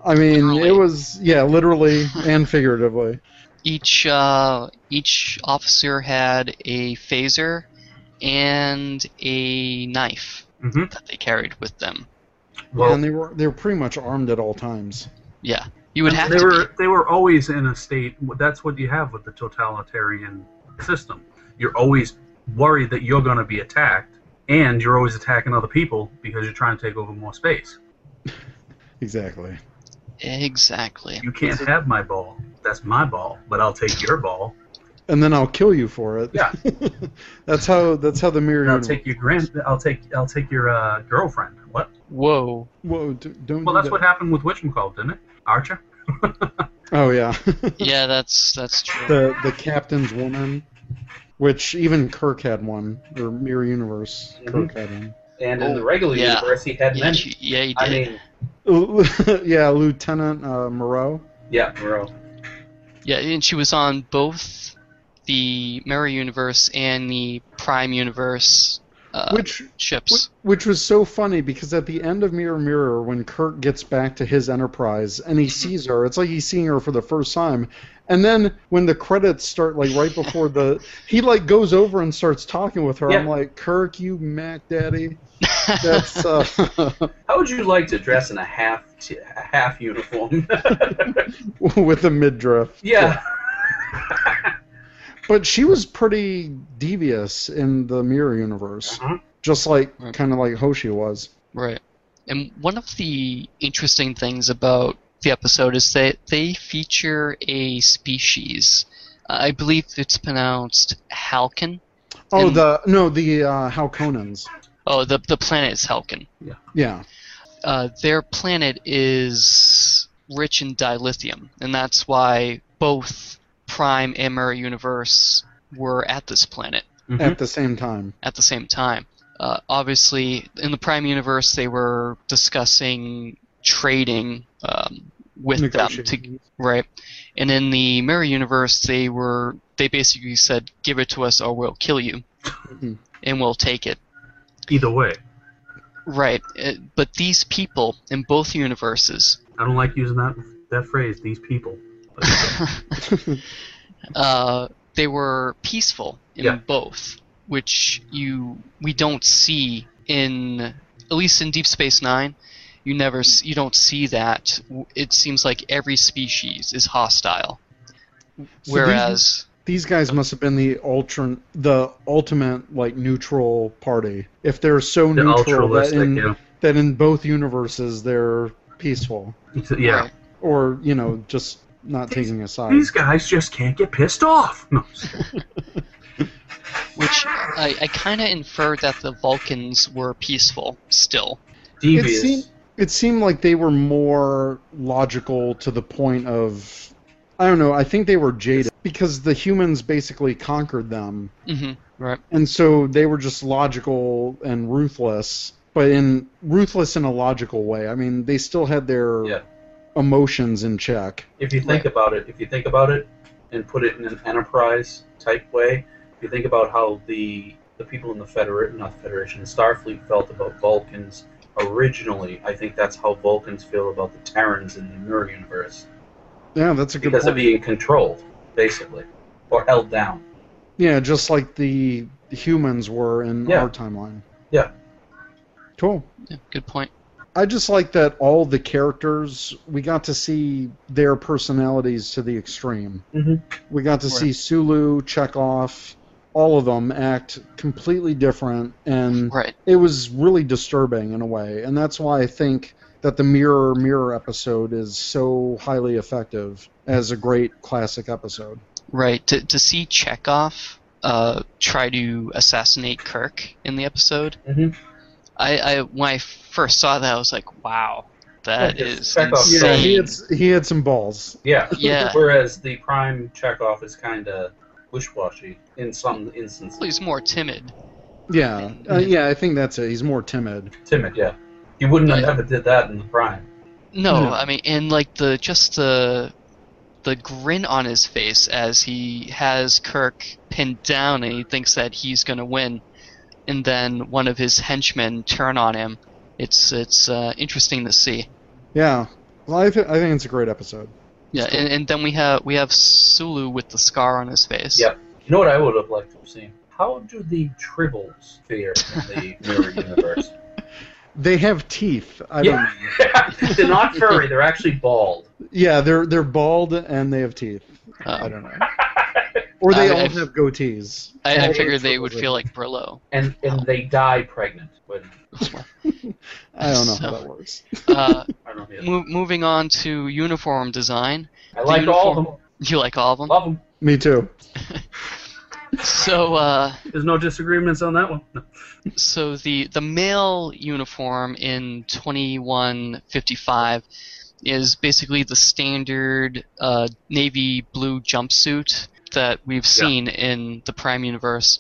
I mean,
Literally.
it was yeah, literally and figuratively.
each uh, each officer had a phaser and a knife
hmm
that they carried with them.
Well,
Um,
and they were they were pretty much armed at all times.
Yeah, you would have
they
to.
were
be.
they were always in a state. That's what you have with the totalitarian system. You're always worried that you're going to be attacked, and you're always attacking other people because you're trying to take over more space.
Exactly.
Exactly.
You can't have my ball. That's my ball, but I'll take your ball.
And then I'll kill you for it.
Yeah.
that's how that's how the mirror
And I'll
universe-
take your grand. I'll take. I'll take your uh, girlfriend. What?
Whoa.
Whoa, d- don't
Well,
do
that's
that.
what happened with Witchcraft, didn't it? Archer.
Oh yeah.
Yeah, that's that's true.
the the captain's woman which even Kirk had one, or Mirror Universe. Kirk
Mm-hmm.
had one.
And in
Oh,
the regular
yeah.
universe, he had
Yeah,
many.
you, yeah, you did.
I mean,
yeah, Lieutenant uh, Moreau.
yeah, Moreau.
yeah, and she was on both the Mirror Universe and the Prime Universe. uh,
Which
ships.
Wh- Which was so funny because at the end of Mirror Mirror, when Kirk gets back to his Enterprise and he
Mm-hmm.
sees her, it's like he's seeing her for the first time. And then when the credits start, like right before the, he like goes over and starts talking with her. I'm
Yeah.
like, Kirk, you Mac Daddy. That's uh,
How would you like to dress in a half t- a half uniform?
with the midriff.
yeah.
But she was pretty devious in the Mirror universe,
Mhm.
just like
Right.
kind of like Hoshi was.
Right. And one of the interesting things about the episode is that they feature a species. I believe it's pronounced Halkin.
Oh,
And-
the no, the uh, Halconans.
Oh, the, the planet is Halkin.
Yeah.
uh, their planet is rich in dilithium, and that's why both Prime and Mirror Universe were at this planet
At the same time.
at the same time. Uh, obviously, in the Prime Universe, they were discussing trading um, with them to
Negotiations.
Right. And in the Mirror Universe, they were they basically said, "Give it to us, or we'll kill you,
Mhm.
and we'll take it."
Either way,
Right. Uh, but these people in both universes,
I don't like using that that phrase. These people.
uh, they were peaceful in
Yeah.
both, which you we don't see in at least in Deep Space Nine. You never s- you don't see that. W- It seems like every species is hostile,
So these-
whereas
These guys must have been the ultra, the ultimate like neutral party. If they're so
They're
neutral that
altruistic.
in,
yeah.
that in both universes they're peaceful,
It's- yeah.
right,
or you know just not taking a side.
These guys just can't get pissed off. No, I'm just kidding.
which I, I kind of infer that the Vulcans were peaceful still.
It
Devious.
seemed it seemed like they were more logical to the point of I don't know. I think they were jaded because the humans basically conquered them,
hmm right.
and so they were just logical and ruthless, but in ruthless in a logical way. I mean, they still had their
Yeah.
emotions in check.
if you think about it, if you think about it, and put it in an enterprise type way, if you think about how the the people in the Federation, not Federation, Starfleet felt about Vulcans originally, I think that's how Vulcans feel about the Terrans in the Mirror Universe
Yeah, that's a good
because of
point.
being controlled, basically, or held down.
Yeah, just like the humans were in
Yeah.
our timeline.
Yeah.
Cool.
Yeah, good point.
I just like that all the characters we got to see their personalities to the extreme.
Mhm.
We got to see Sulu, Chekhov, all of them act completely different, and
Right.
it was really disturbing in a way. And that's why I think that the Mirror Mirror episode is so highly effective as a great classic episode.
Right. To, to see Chekhov uh, try to assassinate Kirk in the episode,
Mhm.
I, I when I first saw that, I was like, wow, that
Yeah,
is
Chekhov-
insane.
Yeah, he had he had some balls.
Yeah.
Yeah.
Whereas the Prime Chekhov is kind of bushwashy in some instances,
He's more timid.
Yeah, uh, yeah, I think that's it. He's more timid.
timid. Yeah, you wouldn't have
Yeah.
ever did that in the Prime.
No,
No.
I mean, and like the just the the grin on his face as he has Kirk pinned down and he thinks that he's gonna win, and then one of his henchmen turn on him. It's it's uh, interesting to see.
Yeah, well, I, th- I think it's a great episode.
Yeah, and, and then we have we have Sulu with the scar on his face.
Yep. You know what I would have liked to have seen? How do the tribbles fare in the mirror universe?
They have teeth. I don't
yeah. they're not furry, they're actually bald.
Yeah, they're they're bald and they have teeth. I
Um,
don't know. Or they
I-
all
I-
have goatees.
I, I
Well,
figured
it's
they would
probably-
feel like Brillo.
And and they die pregnant. When,
I don't know how
So-
that works.
Uh,
I don't know.
mo- moving on to uniform design.
I like all of them.
You like all of them?
Love them.
Me too.
So, uh,
There's no disagreements on that one. No.
so the the male uniform in 2155 is basically the standard uh, navy blue jumpsuit that we've seen in the Prime Universe.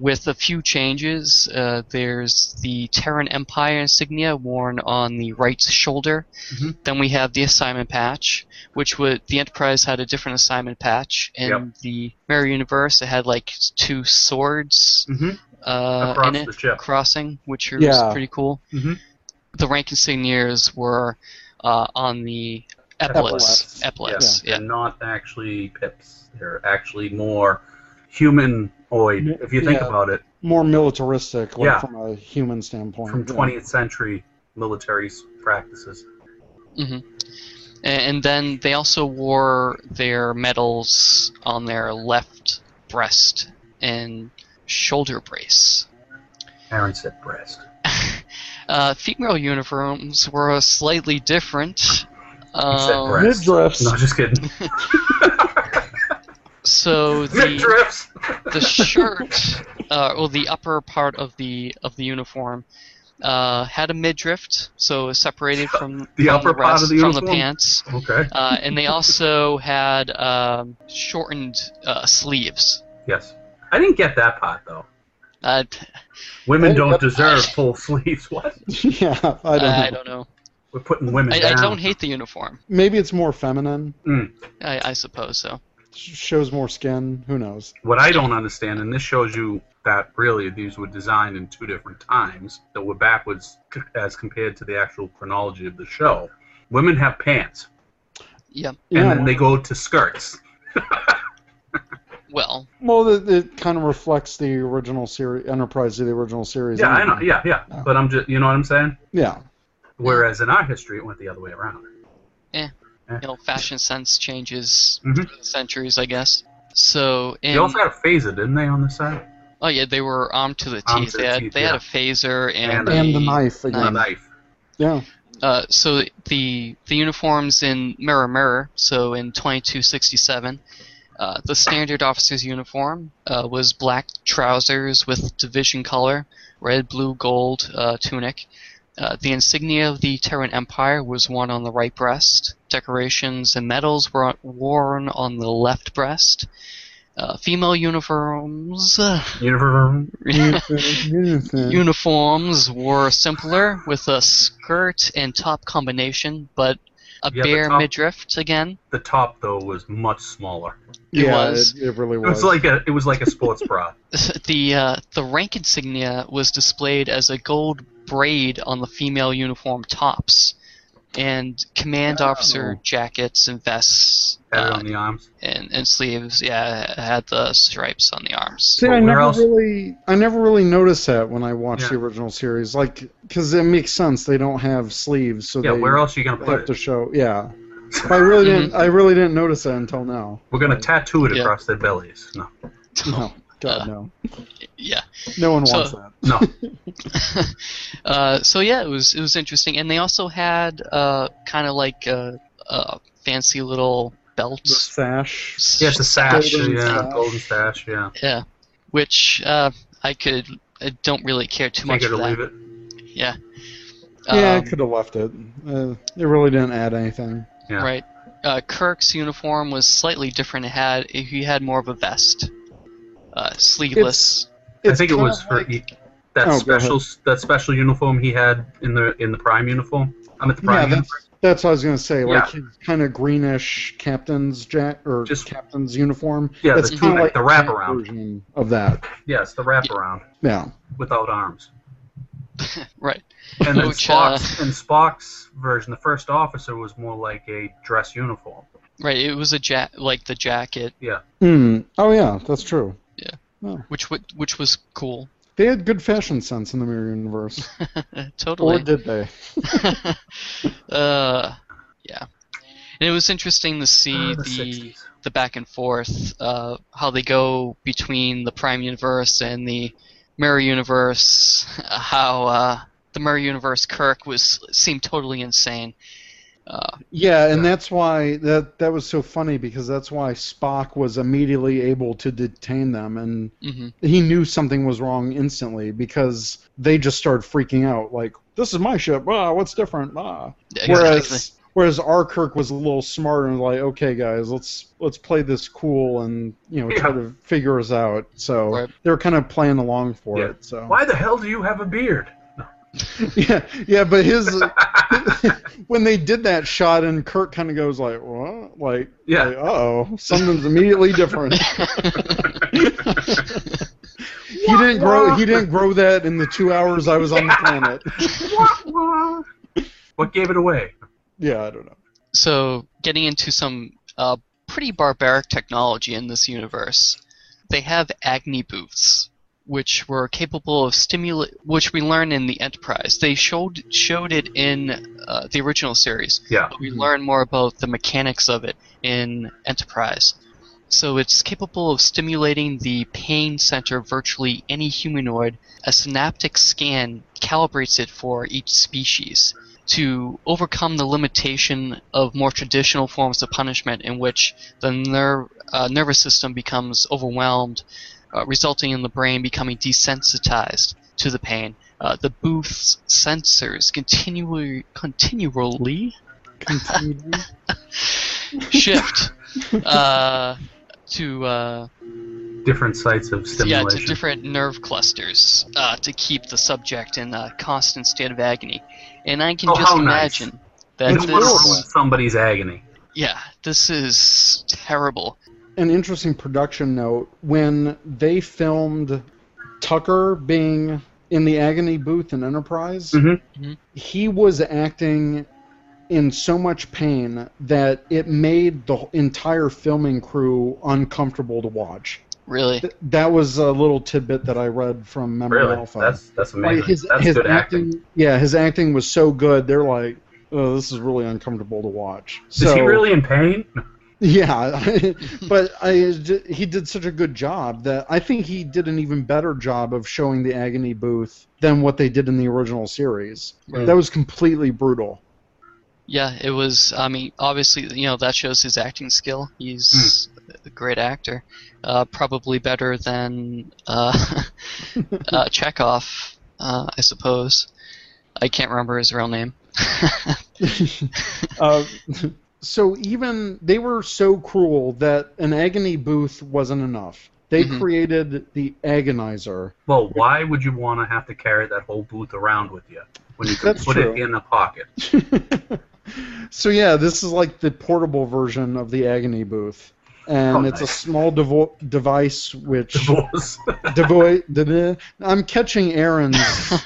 With a few changes, uh, there's the Terran Empire insignia worn on the right shoulder.
Mm-hmm.
Mhm.
Then we have the assignment patch, which would the Enterprise had a different assignment patch. In the Mirror Universe, it had like two swords
Mhm.
uh,
Across
in
the
it,
ship.
crossing, which was
Yeah.
pretty cool.
Mhm.
The rank insignias were uh, on the epaulets.
Epaulets.
Epaulets, yeah.
and not actually pips. They're actually more humanoid, if you think
Yeah.
about it,
More militaristic, like
Yeah.
from a human standpoint.
from
yeah.
20th century military s- practices.
And, and then they also wore their medals on their left breast and shoulder brace.
Aaron said breast.
Uh, female uniforms were slightly different. Um,
breast.
Midriffs.
No, just kidding.
so the
Midriffs!
the shirt, uh, well, the upper part of the of the uniform, uh, had a midriff, so it was separated from
The
from
upper
the
part
rest,
of the
from the
uniform?
pants.
Okay.
Uh, and they also had um, shortened uh, sleeves.
Yes. I didn't get that part, though.
Uh, t-
Women
Hey,
don't
but-
deserve full sleeves. What?
yeah, I don't know.
I don't know.
We're putting women
I, I
down.
don't hate the uniform.
Maybe it's more feminine.
I, I suppose so.
sh- Shows more skin. Who knows?
What I don't understand, and this shows you that really these were designed in two different times, that we're backwards c- as compared to the actual chronology of the show. Women have pants,
Yeah.
and
yeah,
then they go to skirts.
Well,
well, it, it kind of reflects the original series, Enterprise of the original series.
Yeah, I know.
anyway.
Yeah, yeah.
Yeah.
But I'm just, you know what I'm saying?
Yeah.
Whereas in our history, it went the other way around.
you know, fashion sense changes
Mhm.
through the centuries, I guess. So in
They also had a phaser, didn't they, on the side?
oh yeah, they were armed to the
Armed
teeth.
to the
they had,
teeth,
they had
yeah.
a phaser and,
And
And the knife
And a
again.
knife.
Yeah.
Uh, so the the uniforms in Mirror Mirror, so in 2267, uh, the standard officer's uniform uh, was black trousers with division color, red, blue, gold uh, tunic. Uh, the insignia of the Terran Empire was worn on the right breast. Decorations and medals were worn on the left breast. Uh, female uniforms. uh,
Uniform.
you
uniforms were simpler with a skirt and top combination, but a
Yeah, the
bare
top-
midriff again.
The top though was much smaller.
It
yeah,
was
It, it really
It
was.
was like a it was like a sports bra.
the uh, the rank insignia was displayed as a gold braid on the female uniform tops, and command officer jackets and vests
Had it
uh,
on the arms.
and and sleeves. Yeah, had the stripes on the arms.
See,
But
I
where
never
else-
really, I never really noticed that when I watched
Yeah.
the original series, like, because it makes sense. They don't have sleeves, so
Yeah,
they
where else are you gonna
they
put
have
it?
to show. Yeah, But I really didn't. I really didn't notice that until now.
We're gonna tattoo it
Yeah.
across their bellies. No,
No, God no.
Yeah.
No one
So-
wants that.
no.
Uh, so yeah, it was it was interesting, and they also had uh, kind of like uh uh fancy little
The
belts.
sash.
Yeah, it's a sash.
Golden
yeah,
sash.
golden sash. Yeah,
Yeah, which uh, I could I don't really care too much
figure
for
to
that.
leave it.
Yeah.
Yeah,
Um,
I could have left it. Uh, it really didn't add anything.
Yeah.
Right. Uh, Kirk's uniform was slightly different. It had he had more of a vest, uh, sleeveless.
I think it
kinda
was for
like-
e- that
Oh, go
special that special uniform he had in the in the prime uniform. I'm at the
Yeah,
prime.
that's,
uniform.
that's what I was gonna say. Like kind of greenish captain's jacket or
Just-
captain's uniform.
Yeah, the
It's kinda
tunic, the
that
wraparound.
version of that.
Yes, the wraparound
Yeah.
without arms.
Right.
And then
Which, uh,
Spock's and Spock's version, the first officer was more like a dress uniform.
Right. It was a ja- like the jacket,
Hmm. Oh yeah, that's true.
which w- which was cool.
They had good fashion sense in the Mirror Universe, or
totally.
did they?
uh, yeah. And it was interesting to see
Ah, the
the
60s.
the back and forth, uh, how they go between the Prime Universe and the Mirror Universe, how uh, the Mirror Universe Kirk was seemed totally insane. Uh,
Yeah, and that's why that that was so funny because that's why Spock was immediately able to detain them, and
mhm.
he knew something was wrong instantly because they just started freaking out. Like, this is my ship. Ah, what's different? Ah.
Exactly.
Whereas whereas our Kirk was a little smarter and like, okay, guys, let's let's play this cool and you know try
Yeah.
to figure us out. So
Right.
they're kind of playing along for
Yeah.
it. So
Why the hell do you have a beard?
yeah, yeah, but his when they did that shot and Kirk kind of goes like, what? Like,
Yeah.
like, uh oh, something's immediately different. He didn't grow. He didn't grow that in the two hours I was on the planet.
What gave it away?
Yeah, I don't know.
So, getting into some uh, pretty barbaric technology in this universe, they have Agni booths, which were capable of stimulate, which we learn in the Enterprise. They showed showed it in uh, the original series.
Yeah.
But we learn more about the mechanics of it in Enterprise. So it's capable of stimulating the pain center of virtually any humanoid. A synaptic scan calibrates it for each species to overcome the limitation of more traditional forms of punishment in which the ner- uh, nervous system becomes overwhelmed, uh, resulting in the brain becoming desensitized to the pain. Uh, the booth's sensors continually, continually
Continue.
shift uh, to uh,
Different sites of
yeah,
stimulation.
to different nerve clusters uh, to keep the subject in a constant state of agony. And I can
Oh,
just
how nice.
imagine
You
that
don't wanna ruin
this,
somebody's agony.
yeah, this is terrible.
an interesting production note when they filmed Tucker being in the agony booth in Enterprise,
Mhm.
Mm-hmm.
Mhm.
he was acting in so much pain that it made the entire filming crew uncomfortable to watch.
Really,
Th- That was a little tidbit that I read from Memory
Really?
Alpha.
That's that's
Like,
amazing. that's good acting.
Yeah, his acting was so good. They're like, oh, this is really uncomfortable to watch.
Is
so,
he really in pain?
yeah, but I, he did such a good job that I think he did an even better job of showing the agony booth than what they did in the original series.
Right.
That was completely brutal.
yeah, it was. I mean, obviously, you know that shows his acting skill. He's
Hmm.
a great actor, uh, probably better than uh, uh, Chekhov, uh, I suppose. I can't remember his real name.
Uh, so even they were so cruel that an agony booth wasn't enough. They
Mm-hmm.
Mhm.
created the agonizer.
Well, why would you want to have to carry that whole booth around with you when you can
That's
put
true.
it in a pocket?
so yeah, this is like the portable version of the agony booth, and
Oh,
it's a
nice.
small devo- device which.
Divorce.
Devoid. da- da- I'm catching errands.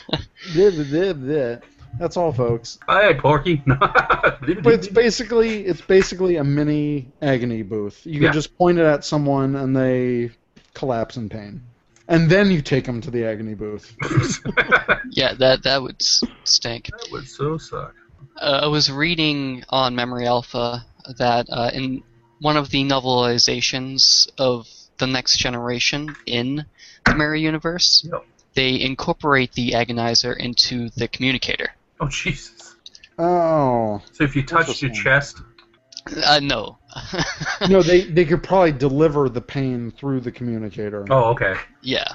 Da- da- da- da. That's all, folks.
Hi, Porky.
But it's basically it's basically a mini agony booth. You can
Yeah.
just point it at someone and they collapse in pain, and then you take them to the agony booth.
that
Yeah, that that would s- stink.
would so suck.
uh, I was reading on Memory Alpha that uh, in one of the novelizations of The Next Generation in the Mirror Universe,
Yep.
they incorporate the agonizer into the communicator.
Oh Jesus!
Oh
So if you touched your
Interesting.
chest,
Uh, no.
no, they they could probably deliver the pain through the communicator,
oh okay,
yeah,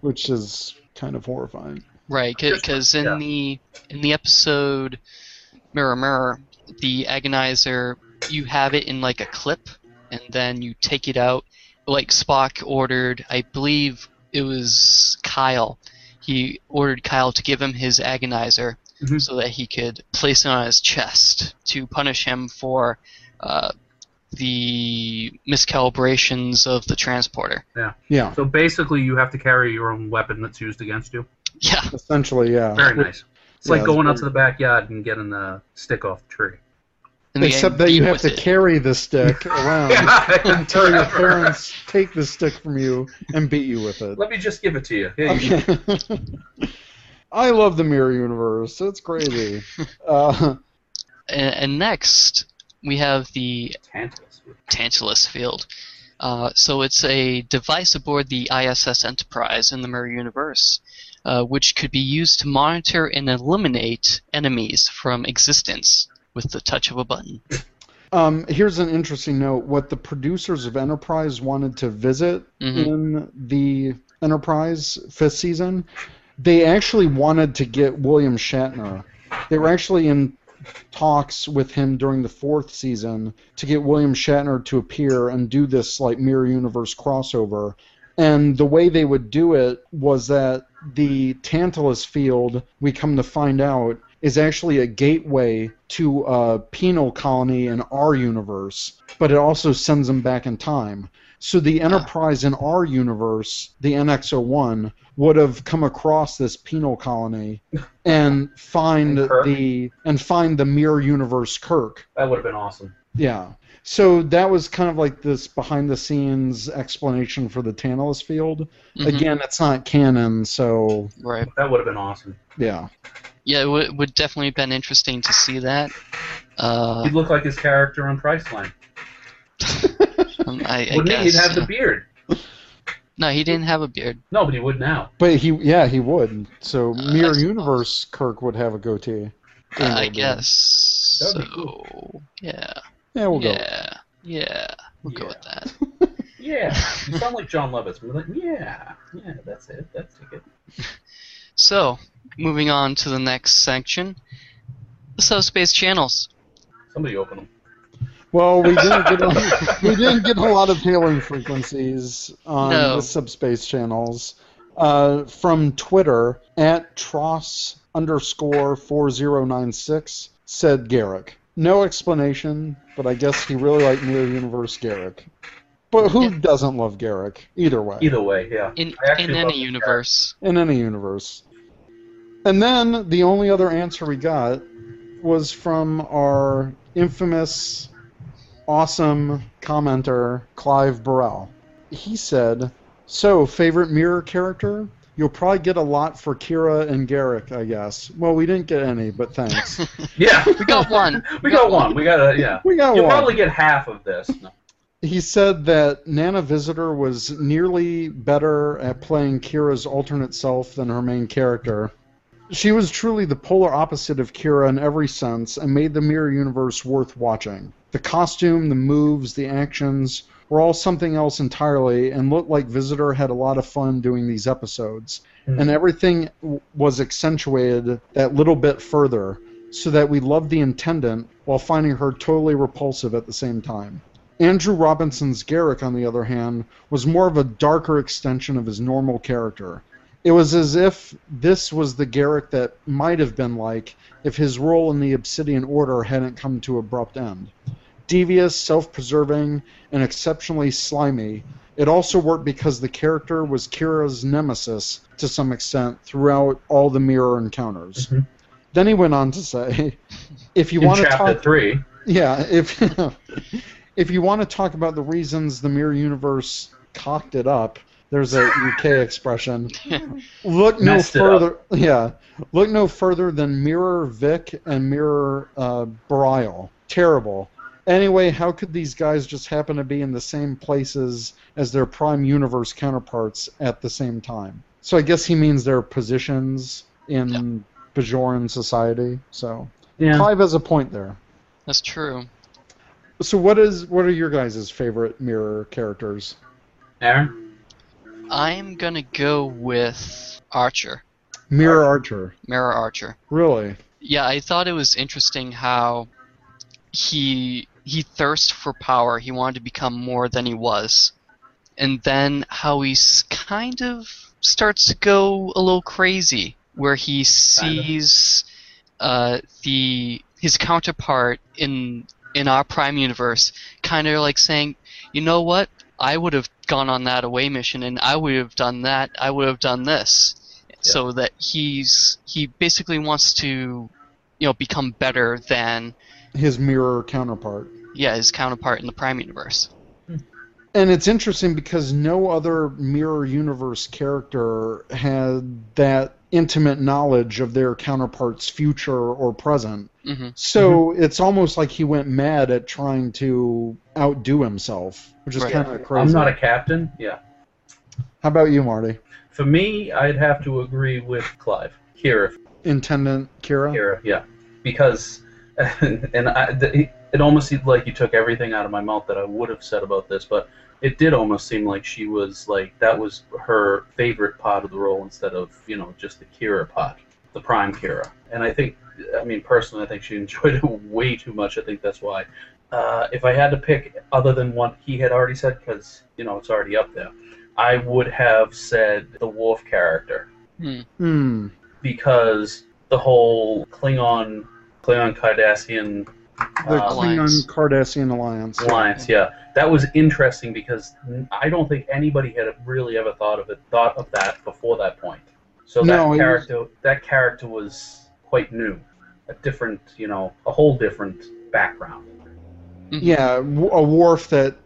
which is kind of horrifying.
right. Because in
Yeah.
the in the episode Mirror Mirror, the agonizer you have it in like a clip, and then you take it out. Like Spock ordered, I believe it was Kyle. He ordered Kyle to give him his agonizer
Mm-hmm.
Mhm.
so that he could place it on his chest to punish him for uh, the miscalibrations of the transporter.
Yeah,
so basically you have to carry your own weapon that's used against you.
Yeah,
essentially, yeah.
Very nice. It's
Yeah,
like going out
that's
to the backyard and getting the stick off the tree.
and the game
Except that you
beat
have
with
to
it.
carry the stick around. until Um, your parents take the stick from you and beat you with it.
Let me just give it to you.
Okay. I love the mirror universe. It's crazy. Uh,
and, and next we have the
Tantalus.
Tantalus field. Uh, so it's a device aboard the ISS Enterprise in the Mirror Universe, uh, which could be used to monitor and eliminate enemies from existence with the touch of a button.
um, here's an interesting note: what the producers of Enterprise wanted to visit
Mhm.
in the Enterprise fifth season, they actually wanted to get William Shatner. They were actually in talks with him during the fourth season to get William Shatner to appear and do this like mirror universe crossover. And the way they would do it was that the Tantalus field, we come to find out, is actually a gateway to a penal colony in our universe, but it also sends them back in time. So the Enterprise in our universe, the NX-01, would have come across this penal colony and find
And Kirk.
the and find the mirror universe Kirk.
That would have been awesome.
Yeah. So that was kind of like this behind the scenes explanation for the Tantalus field.
Mhm.
Again, it's not canon, so
Mm-hmm. Right.
That would have been awesome.
yeah.
Yeah, it would, would definitely have been interesting to see that. Uh,
He'd look like his character on Priceline.
um, I, I
Wouldn't
guess.
he? He'd have
yeah.
the beard.
no, he didn't have a beard.
No, but he would now.
But he yeah, he would. So
Uh,
mirror
that's-
universe Kirk would have a goatee.
Uh, I
Angle,
guess.
That
So
would be
yeah,
Yeah, we'll go.
yeah, yeah. We'll go
Yeah.
with that.
Yeah. You sound like John Lovitz. We're like, yeah, yeah, that's it. That's it.
So, moving on to the next section, the subspace channels.
Somebody open them.
Well, we didn't get a, we didn't get a lot of hailing frequencies on
No.
the subspace channels. Uh, from Twitter at Tross underscore four zero nine six said Garrick. No explanation, but I guess he really liked Mirror Universe Garrick. But who
Yeah.
doesn't love Garrick? Either way.
Either way, yeah.
In
I actually
in
love
any
this
universe.
in any universe. And then the only other answer we got was from our infamous, awesome commenter, Clive Burrell. He said, So, favorite mirror character? You'll probably get a lot for Kira and Garrick, I guess. Well, we didn't get any, but thanks.
Yeah,
We got one.
we got one. We got a yeah.
we got
You'll
one.
probably get half of this. No.
He said that Nana Visitor was nearly better at playing Kira's alternate self than her main character. She was truly the polar opposite of Kira in every sense and made the Mirror Universe worth watching. The costume, the moves, the actions were all something else entirely and looked like Visitor had a lot of fun doing these episodes.
Hmm.
And everything w- was accentuated that little bit further so that we loved the intendant while finding her totally repulsive at the same time. Andrew Robinson's Garrick, on the other hand, was more of a darker extension of his normal character. It was as if this was the Garrick that might have been like if his role in the Obsidian Order hadn't come to abrupt end. Devious, self preserving, and exceptionally slimy, it also worked because the character was Kira's nemesis to some extent throughout all the mirror encounters.
Mhm.
Then he went on to say, if you
In
want to
chapter
talk
three,
yeah, if if you want to talk about the reasons the mirror universe cocked it up, there's a UK expression. Look no
Messed it
further. Yeah, look no further than Mirror Vic and Mirror uh, Brial. Terrible. Anyway, how could these guys just happen to be in the same places as their prime universe counterparts at the same time? So I guess he means their positions in Bajoran society. So
yeah,
Clive has a point there.
That's true.
So what is what are your guys' favorite mirror characters?
Aaron.
I'm gonna go with Archer,
Mirror Archer.
Mirror Archer.
Really?
Yeah, I thought it was interesting how he he thirst for power. He wanted to become more than he was, and then how he s- kind of starts to go a little crazy, where he sees uh, the his counterpart in in our prime universe, kind of like saying, you know what? I would have gone on that away mission, and I would have done that. I would have done this so that he's he basically wants to you know become better than
His mirror counterpart.
yeah his counterpart in the prime universe
And it's interesting because no other mirror universe character had that intimate knowledge of their counterpart's future or present.
hmm
So it's almost like he went mad at trying to outdo himself, which is
Right.
kind of crazy.
I'm not a captain. Yeah.
How about you, Marty?
For me, I'd have to agree with Clive. Kira,
Intendant Kira?
Kira, yeah, because and I, the, it almost seemed like you took everything out of my mouth that I would have said about this, but it did almost seem like she was like that was her favorite part of the role instead of you know just the Kira part, the prime Kira. And I think, I mean, personally, I think she enjoyed it way too much. I think that's why. Uh, if I had to pick other than what he had already said, because you know it's already up there, I would have said the Wolf character
Hmm.
because the whole Klingon Klingon Cardassian
The
Uh,
Klingon
Alliance.
Cardassian alliance.
Alliance, yeah, that was interesting because I don't think anybody had really ever thought of it, thought of that before that point. So that
No, it was-
character, that character was quite new, a different, you know, a whole different background. Mm-hmm.
Yeah, w- a wharf that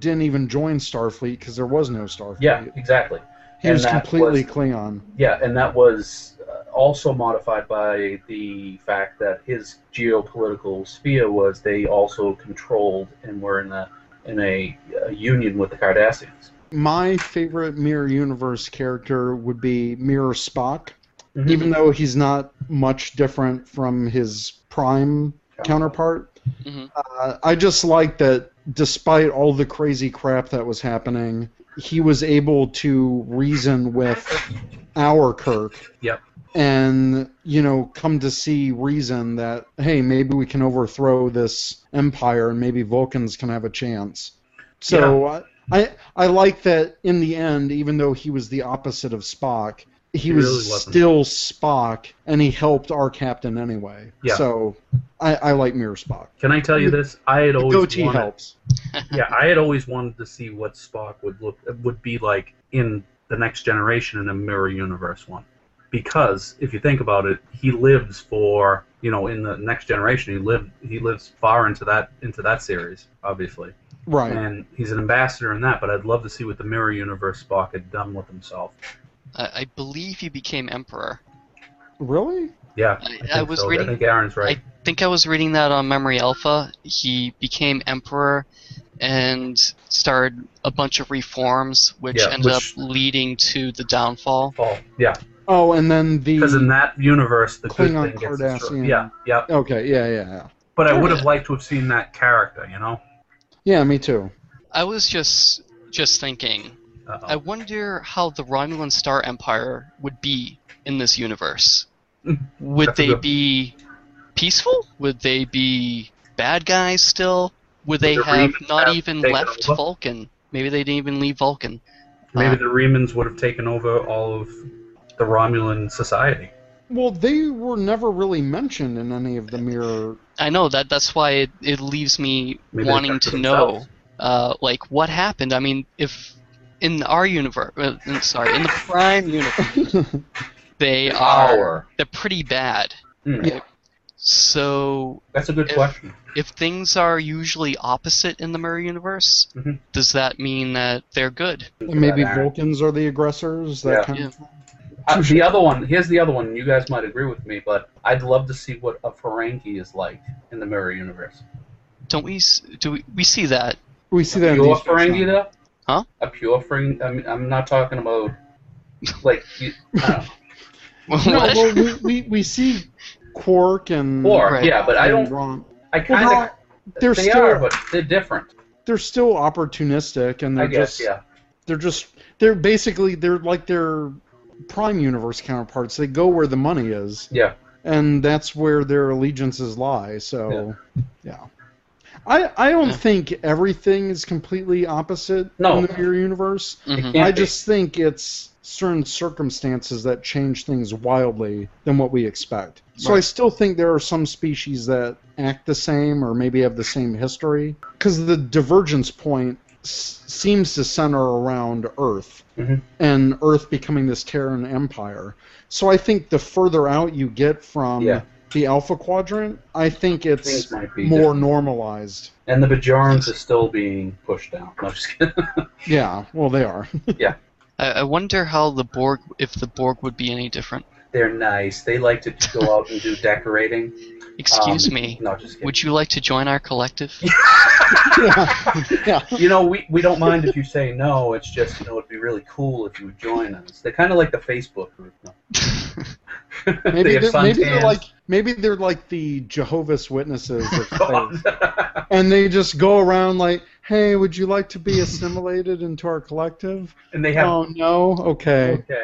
didn't even join Starfleet because there was no Starfleet.
Yeah, exactly.
he
and
was
that
completely
was-
Klingon.
Yeah, and that was uh, also modified by the fact that his geopolitical sphere was they also controlled and were in a in a uh, union with the Cardassians.
My favorite Mirror Universe character would be Mirror Spock, Mm-hmm. even
Mm-hmm.
though he's not much different from his prime counterpart.
Mm-hmm.
Mhm.
Uh, I just like that despite all the crazy crap that was happening, he was able to reason with our Kirk.
Yep.
And, you know, come to see reason that, hey, maybe we can overthrow this empire and maybe Vulcans can have a chance. So I, I, I like that in the end, even though he was the opposite of Spock, he,
He
was
really wasn't.
still Spock and he helped our captain anyway.
Yeah.
So I, I like Mirror Spock.
Can I tell you this? I had always
Goatee
wanted.
helps.
Yeah, I had always wanted to see what Spock would look would be like in the Next Generation in a Mirror Universe one, because if you think about it, he lives for you know in the Next Generation he lived he lives far into that into that series obviously,
Right.
and he's an ambassador in that. But I'd love to see what the Mirror Universe Spock had done with himself.
I, I believe he became emperor.
Really?
Yeah,
I-
think
I was
so.
reading-
I think Aaron's right.
I think I was reading that on Memory Alpha. He became emperor and started a bunch of reforms, which
Yeah,
ended
which-
up leading to the downfall.
oh yeah,
Oh, and then the
because in that universe the good
Klingon
thing gets destroyed.
Cardassian.
Yeah, yeah.
Okay, yeah, yeah, yeah.
But I would have liked to have seen that character. You know.
Yeah, me too.
I was just just thinking.
Uh-oh.
I wonder how the Romulan Star Empire would be in this universe. Would
That's a
they
good-
be peaceful? Would they be bad guys still? Would they
the
have
Remans
not
have
even
taken
left
over?
Vulcan? Maybe they didn't even leave Vulcan.
Maybe
Uh,
the Remans would have taken over all of the Romulan society.
Well, they were never really mentioned in any of the mirror.
I know that that's why it, it leaves me
Maybe they
wanting
kept to
to know
themselves.
uh, like what happened. I mean, if in our universe, uh, in- sorry, in the prime universe, they are they're pretty bad.
Hmm.
Yeah.
So
That's a good
If-
question.
if things are usually opposite in the mirror universe,
Mhm.
does that mean that they're good?
And maybe
That act.
Vulcans are the aggressors. That
Yeah.
kind
Yeah.
of thing.
Uh, the other one, here's the other one. You guys might agree with me, but I'd love to see what a Ferengi is like in the Mirror Universe.
Don't we s- do we, we see that?
We see that.
A
in
pure
Deep Space
Ferengi,
Nine.
though?
Huh?
A pure Ferengi? I mean, I'm not talking about like you, uh, I don't know.
No,
What?
well, we, we, we see Quark and
Or,
Mm, Right.
yeah, but I
and
don't.
Rom-
I
Well,
kind of.
they're
they
still
are, but they're different.
they're still opportunistic, and they're
I guess,
just
yeah.
they're just they're basically they're like their prime universe counterparts. They go where the money is.
Yeah.
and that's where their allegiances lie. So, yeah, I I don't
Yeah.
think everything is completely opposite
No.
in the mirror universe.
Mhm.
Can't
I
be.
just think it's certain circumstances that change things wildly than what we expect. So I
Right.
still think there are some species that act the same or maybe have the same history because the divergence point s- seems to center around Earth
Mhm.
and Earth becoming this Terran empire. So I think the further out you get from
Yeah.
the Alpha Quadrant, I think
Things
it's
might be
more
different.
normalized.
And the Bajorans are still being pushed down. No, I'm just kidding.
Yeah, well, they are.
I, I wonder how the Borg if the Borg would be any different.
They're nice. They like to go out and do decorating.
Excuse
Um,
me.
No, just kidding.
Would you like to join our collective?
yeah.
you know, we, we don't mind if you say no. It's just, you know, it'd be really cool if you would join us. They're kind of like the Facebook group. No.
Maybe,
they have
they're, maybe they're
suntans.
like maybe they're like the Jehovah's Witnesses, of
God.
faith. and they just go around like, "Hey, would you like to be assimilated into our collective?"
and they have,
Oh no, okay,
Okay.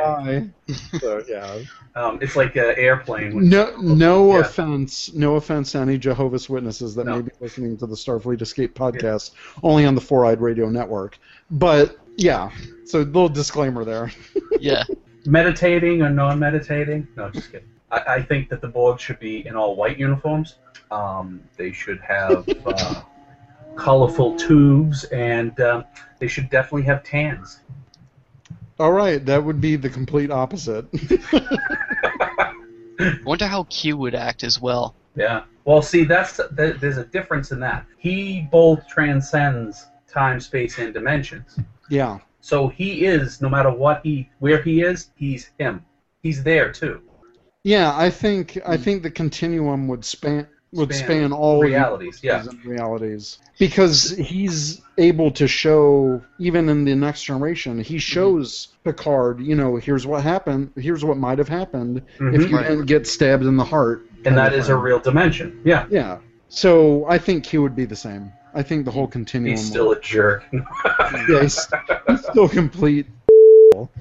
bye. So, yeah.
um, it's like an airplane. With,
No, no
Yeah.
offense, no offense to any Jehovah's Witnesses that
No.
may be listening to the Starfleet Escape podcast, only on the Four Eyed Radio Network. But yeah, so little disclaimer there.
yeah.
Meditating or non-meditating? No, just kidding.
I, I think that the Borg should be in all white uniforms. Um, they should have uh, colorful tubes, and um, they should definitely have tans.
All right, that would be the complete opposite.
I wonder how Q would act as well.
Yeah. Well, see, that's th- there's a difference in that. He both transcends time, space, and dimensions.
yeah.
So he is, no matter what he, where he is, he's him. He's there too.
Yeah, I think I think the continuum would span would
Hmm. Span
span, all
realities, yeah.
universes and realities because he's able to show even in the next generation
Hmm.
he shows Picard you know here's what happened here's what might have happened if you
Right.
didn't get stabbed in the heart
Hmm. And that is a real dimension. Yeah.
yeah so I think he would be the same I think the whole continuum
He's still a jerk.
would, yeah, he's, he's still complete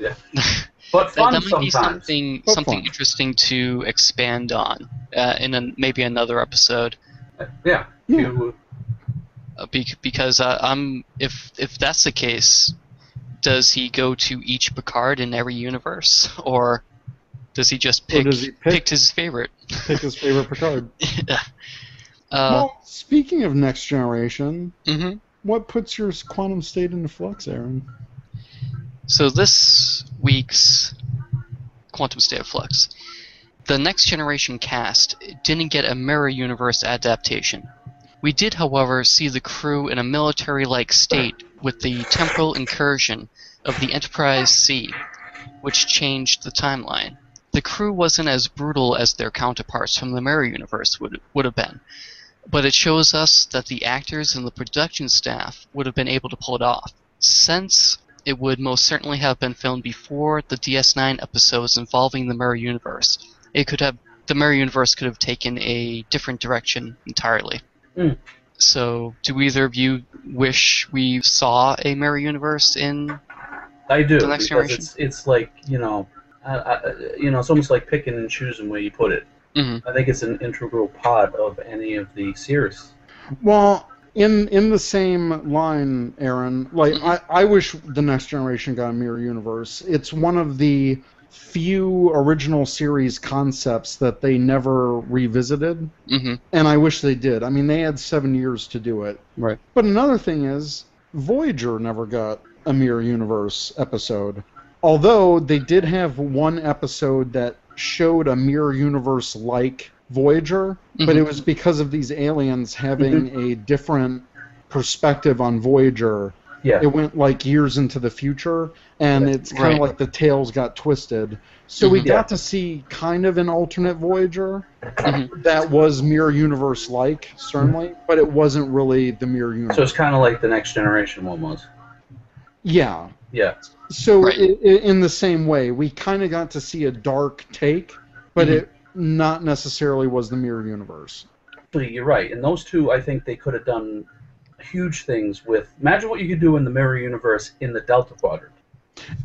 But
That,
fun
that might be
sometimes.
something
But
something
fun.
interesting to expand on uh, in a, maybe another episode.
Yeah.
Yeah.
You-
Uh, bec- because uh, I'm if if that's the case, does he go to each Picard in every universe, or does he just pick,
does he pick?
picked his favorite?
pick his favorite Picard
Uh,
well speaking of next generation
mhm.
what puts your quantum state into flux Aaron
So this week's Quantum State of Flux, the Next Generation cast didn't get a mirror universe adaptation. We did, however, see the crew in a military-like state with the temporal incursion of the Enterprise C, which changed the timeline. The crew wasn't as brutal as their counterparts from the mirror universe would would have been, but it shows us that the actors and the production staff would have been able to pull it off. Since it would most certainly have been filmed before the DS9 episodes involving the Mirror Universe. It could have the Mirror Universe could have taken a different direction entirely.
Mm.
So, do either of you wish we saw a Mirror Universe in?
I do
The next
because
generation.
it's it's like you know, I, I, you know, it's almost like picking and choosing where you put it.
Mhm.
I think it's an integral part of any of the series.
Well, in in the same line, Aaron, like I, I wish the next generation got a mirror universe. It's one of the few original series concepts that they never revisited
hmm
and I wish they did. I mean, they had seven years to do it.
Right.
But another thing is, Voyager never got a Mirror Universe episode. Although they did have one episode that showed a Mirror Universe like Voyager, but it
Mhm.
was because of these aliens having a different perspective on Voyager.
Yeah.
It went like years into the future, and it's kind
Right.
of like the tails got twisted. So we
Mhm.
Mm-hmm.
got to see kind of an alternate Voyager
Mm-hmm.
Mhm.
that was mirror universe like, certainly, but it wasn't really the mirror universe.
So it's kind of like the next generation one was.
yeah.
Yeah.
So
Right.
i i in the same way, we kind of got to see a dark take, but
Mm-hmm.
Mhm.
it not necessarily was the mirror universe.
Actually, you're right. And those two, I think they could have done huge things with. Imagine what you could do in the Mirror Universe in the Delta Quadrant.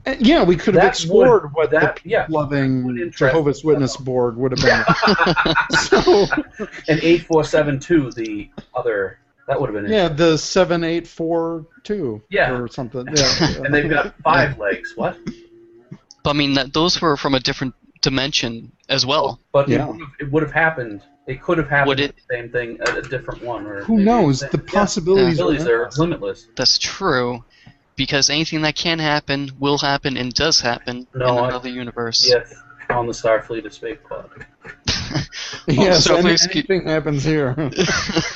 And yeah, we could
That
have explored
would-
what
that-
that
yeah, that would
loving
interest
Jehovah's
me.
Witness board would have been. so
And 8472, the other. That would have been
yeah, the seven eight four two
Yeah.
or something. Yeah.
And they've got five legs. What?
But I mean, that, those were from a different dimension as well.
But
Yeah.
it, would have, it would have happened. It could have happened
Would it-
the same thing, a, a different one. Or
Who
maybe
knows?
same-
The
yeah,
possibilities are
possibilities are
Oh,
limitless.
That's true, because anything that can happen will happen and does happen
No,
in
I-
another universe.
Yes, on the Starfleet escape pod.
Yes,
so
any-
please keep-
anything happens here.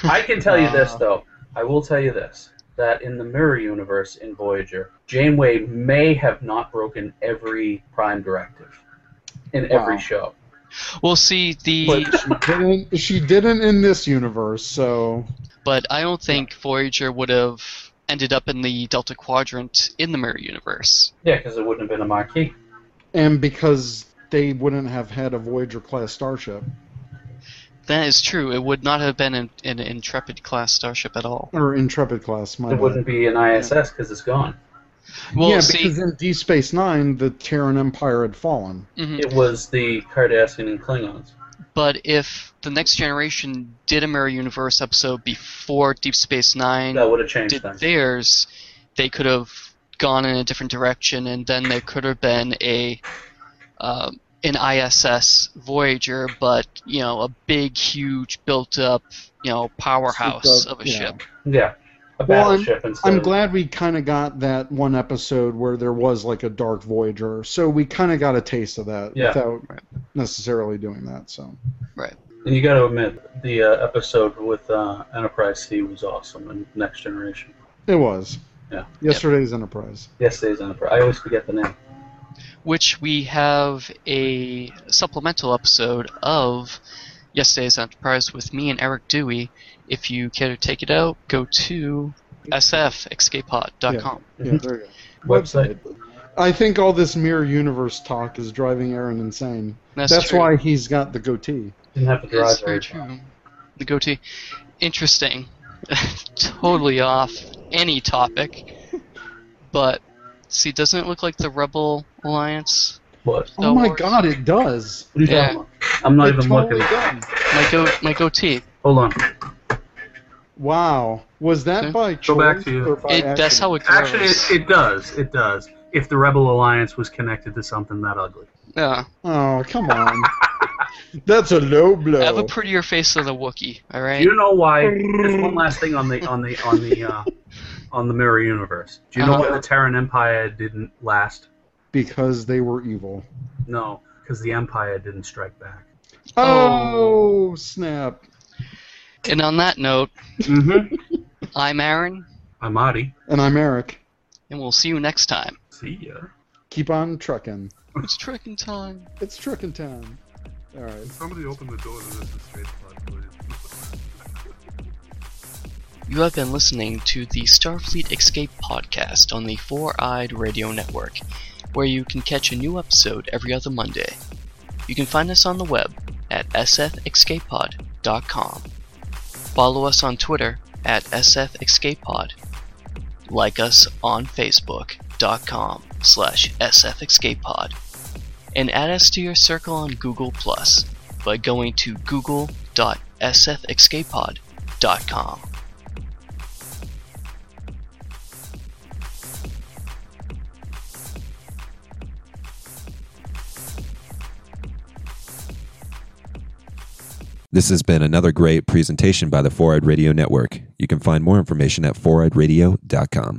I can tell you this though. I will tell you this: that in the Mirror Universe in Voyager, Janeway may have not broken every Prime directive in every
Wow.
show.
We'll see the.
But she didn't. She didn't in this universe. So
but I don't think Voyager would have ended up in the Delta Quadrant in the Mirror Universe.
Yeah, because it wouldn't have been a marquee.
and because they wouldn't have had a Voyager class starship,
That is true. It would not have been an, an Intrepid class starship at all.
or Intrepid class, my
It
bad.
wouldn't be an ISS because it's gone.
Well,
yeah,
see,
because in D Space Nine, the Terran Empire had fallen.
mhm.
It was the Cardassian and Klingons.
but if the Next Generation did a Mirror Universe episode before Deep Space Nine
That would have changed
Hmm. did
them.
theirs, they could have gone in a different direction, and then there could have been a um an ISS Voyager, but you know a big, huge, built-up, you know powerhouse
Souped up,
of a
yeah.
ship.
Yeah, a
Well, I'm-
battleship instead.
I'm
of-
glad we kind of got that one episode where there was like a dark Voyager, so we kind of got a taste of that
Yeah.
without
Right.
necessarily doing that. So
And you got to admit, the uh, episode with uh, Enterprise C was awesome and Next Generation.
it was.
Yeah.
Yesterday's Enterprise.
Yesterday's Enterprise. I always forget the name.
which we have a supplemental episode of yesterday's Enterprise with me and Eric Dewey. If you care to take it out, go to sfescapepod.com.
Yeah, there you go.
Mm-hmm. Website.
I think all this mirror universe talk is driving Aaron insane. That's
true.
why he's got the goatee.
Didn't have to drive
That's very
very
true.
far.
The goatee. Interesting. totally off any topic. But see, doesn't it look like the Rebel Alliance?
What?
oh
Star
my
Wars?
god, it does.
What are you
Yeah.
talking about? I'm not
It
even
totally
looking.
does.
My go my goatee.
Hold on.
Wow. Was that
Okay.
by
Go back
choice
to you.
or by
It, that's
accident?
how it grows.
Actually, it, it does. It does. If the Rebel Alliance was connected to something that ugly.
yeah.
Oh, come on. That's a low blow.
I have a prettier face than a Wookiee, alright?
You know why? Just one last thing on the on the on the uh, on the mirror universe. Do you know why
Uh-huh.
the Terran Empire didn't last?
because they were evil.
No, because the Empire didn't strike back.
Oh, snap.
And on that note,
Mm-hmm.
I'm Aaron,
I'm Adi.
And I'm Eric.
and we'll see you next time.
See ya.
Keep on trucking.
It's tricking time.
It's trucking time. All right.
Somebody open the door to this space
You have been listening to the Starfleet Escape podcast on the Four Eyed Radio Network, where you can catch a new episode every other Monday. You can find us on the web at sfescapepod.com. Follow us on Twitter at sfescapepod. Like us on facebook.com slash sfescapepod. And add us to your circle on Google Plus by going to google.sfescapepod.com.
This has been another great presentation by the Four Eyed Radio Network. You can find more information at foureyedradio.com.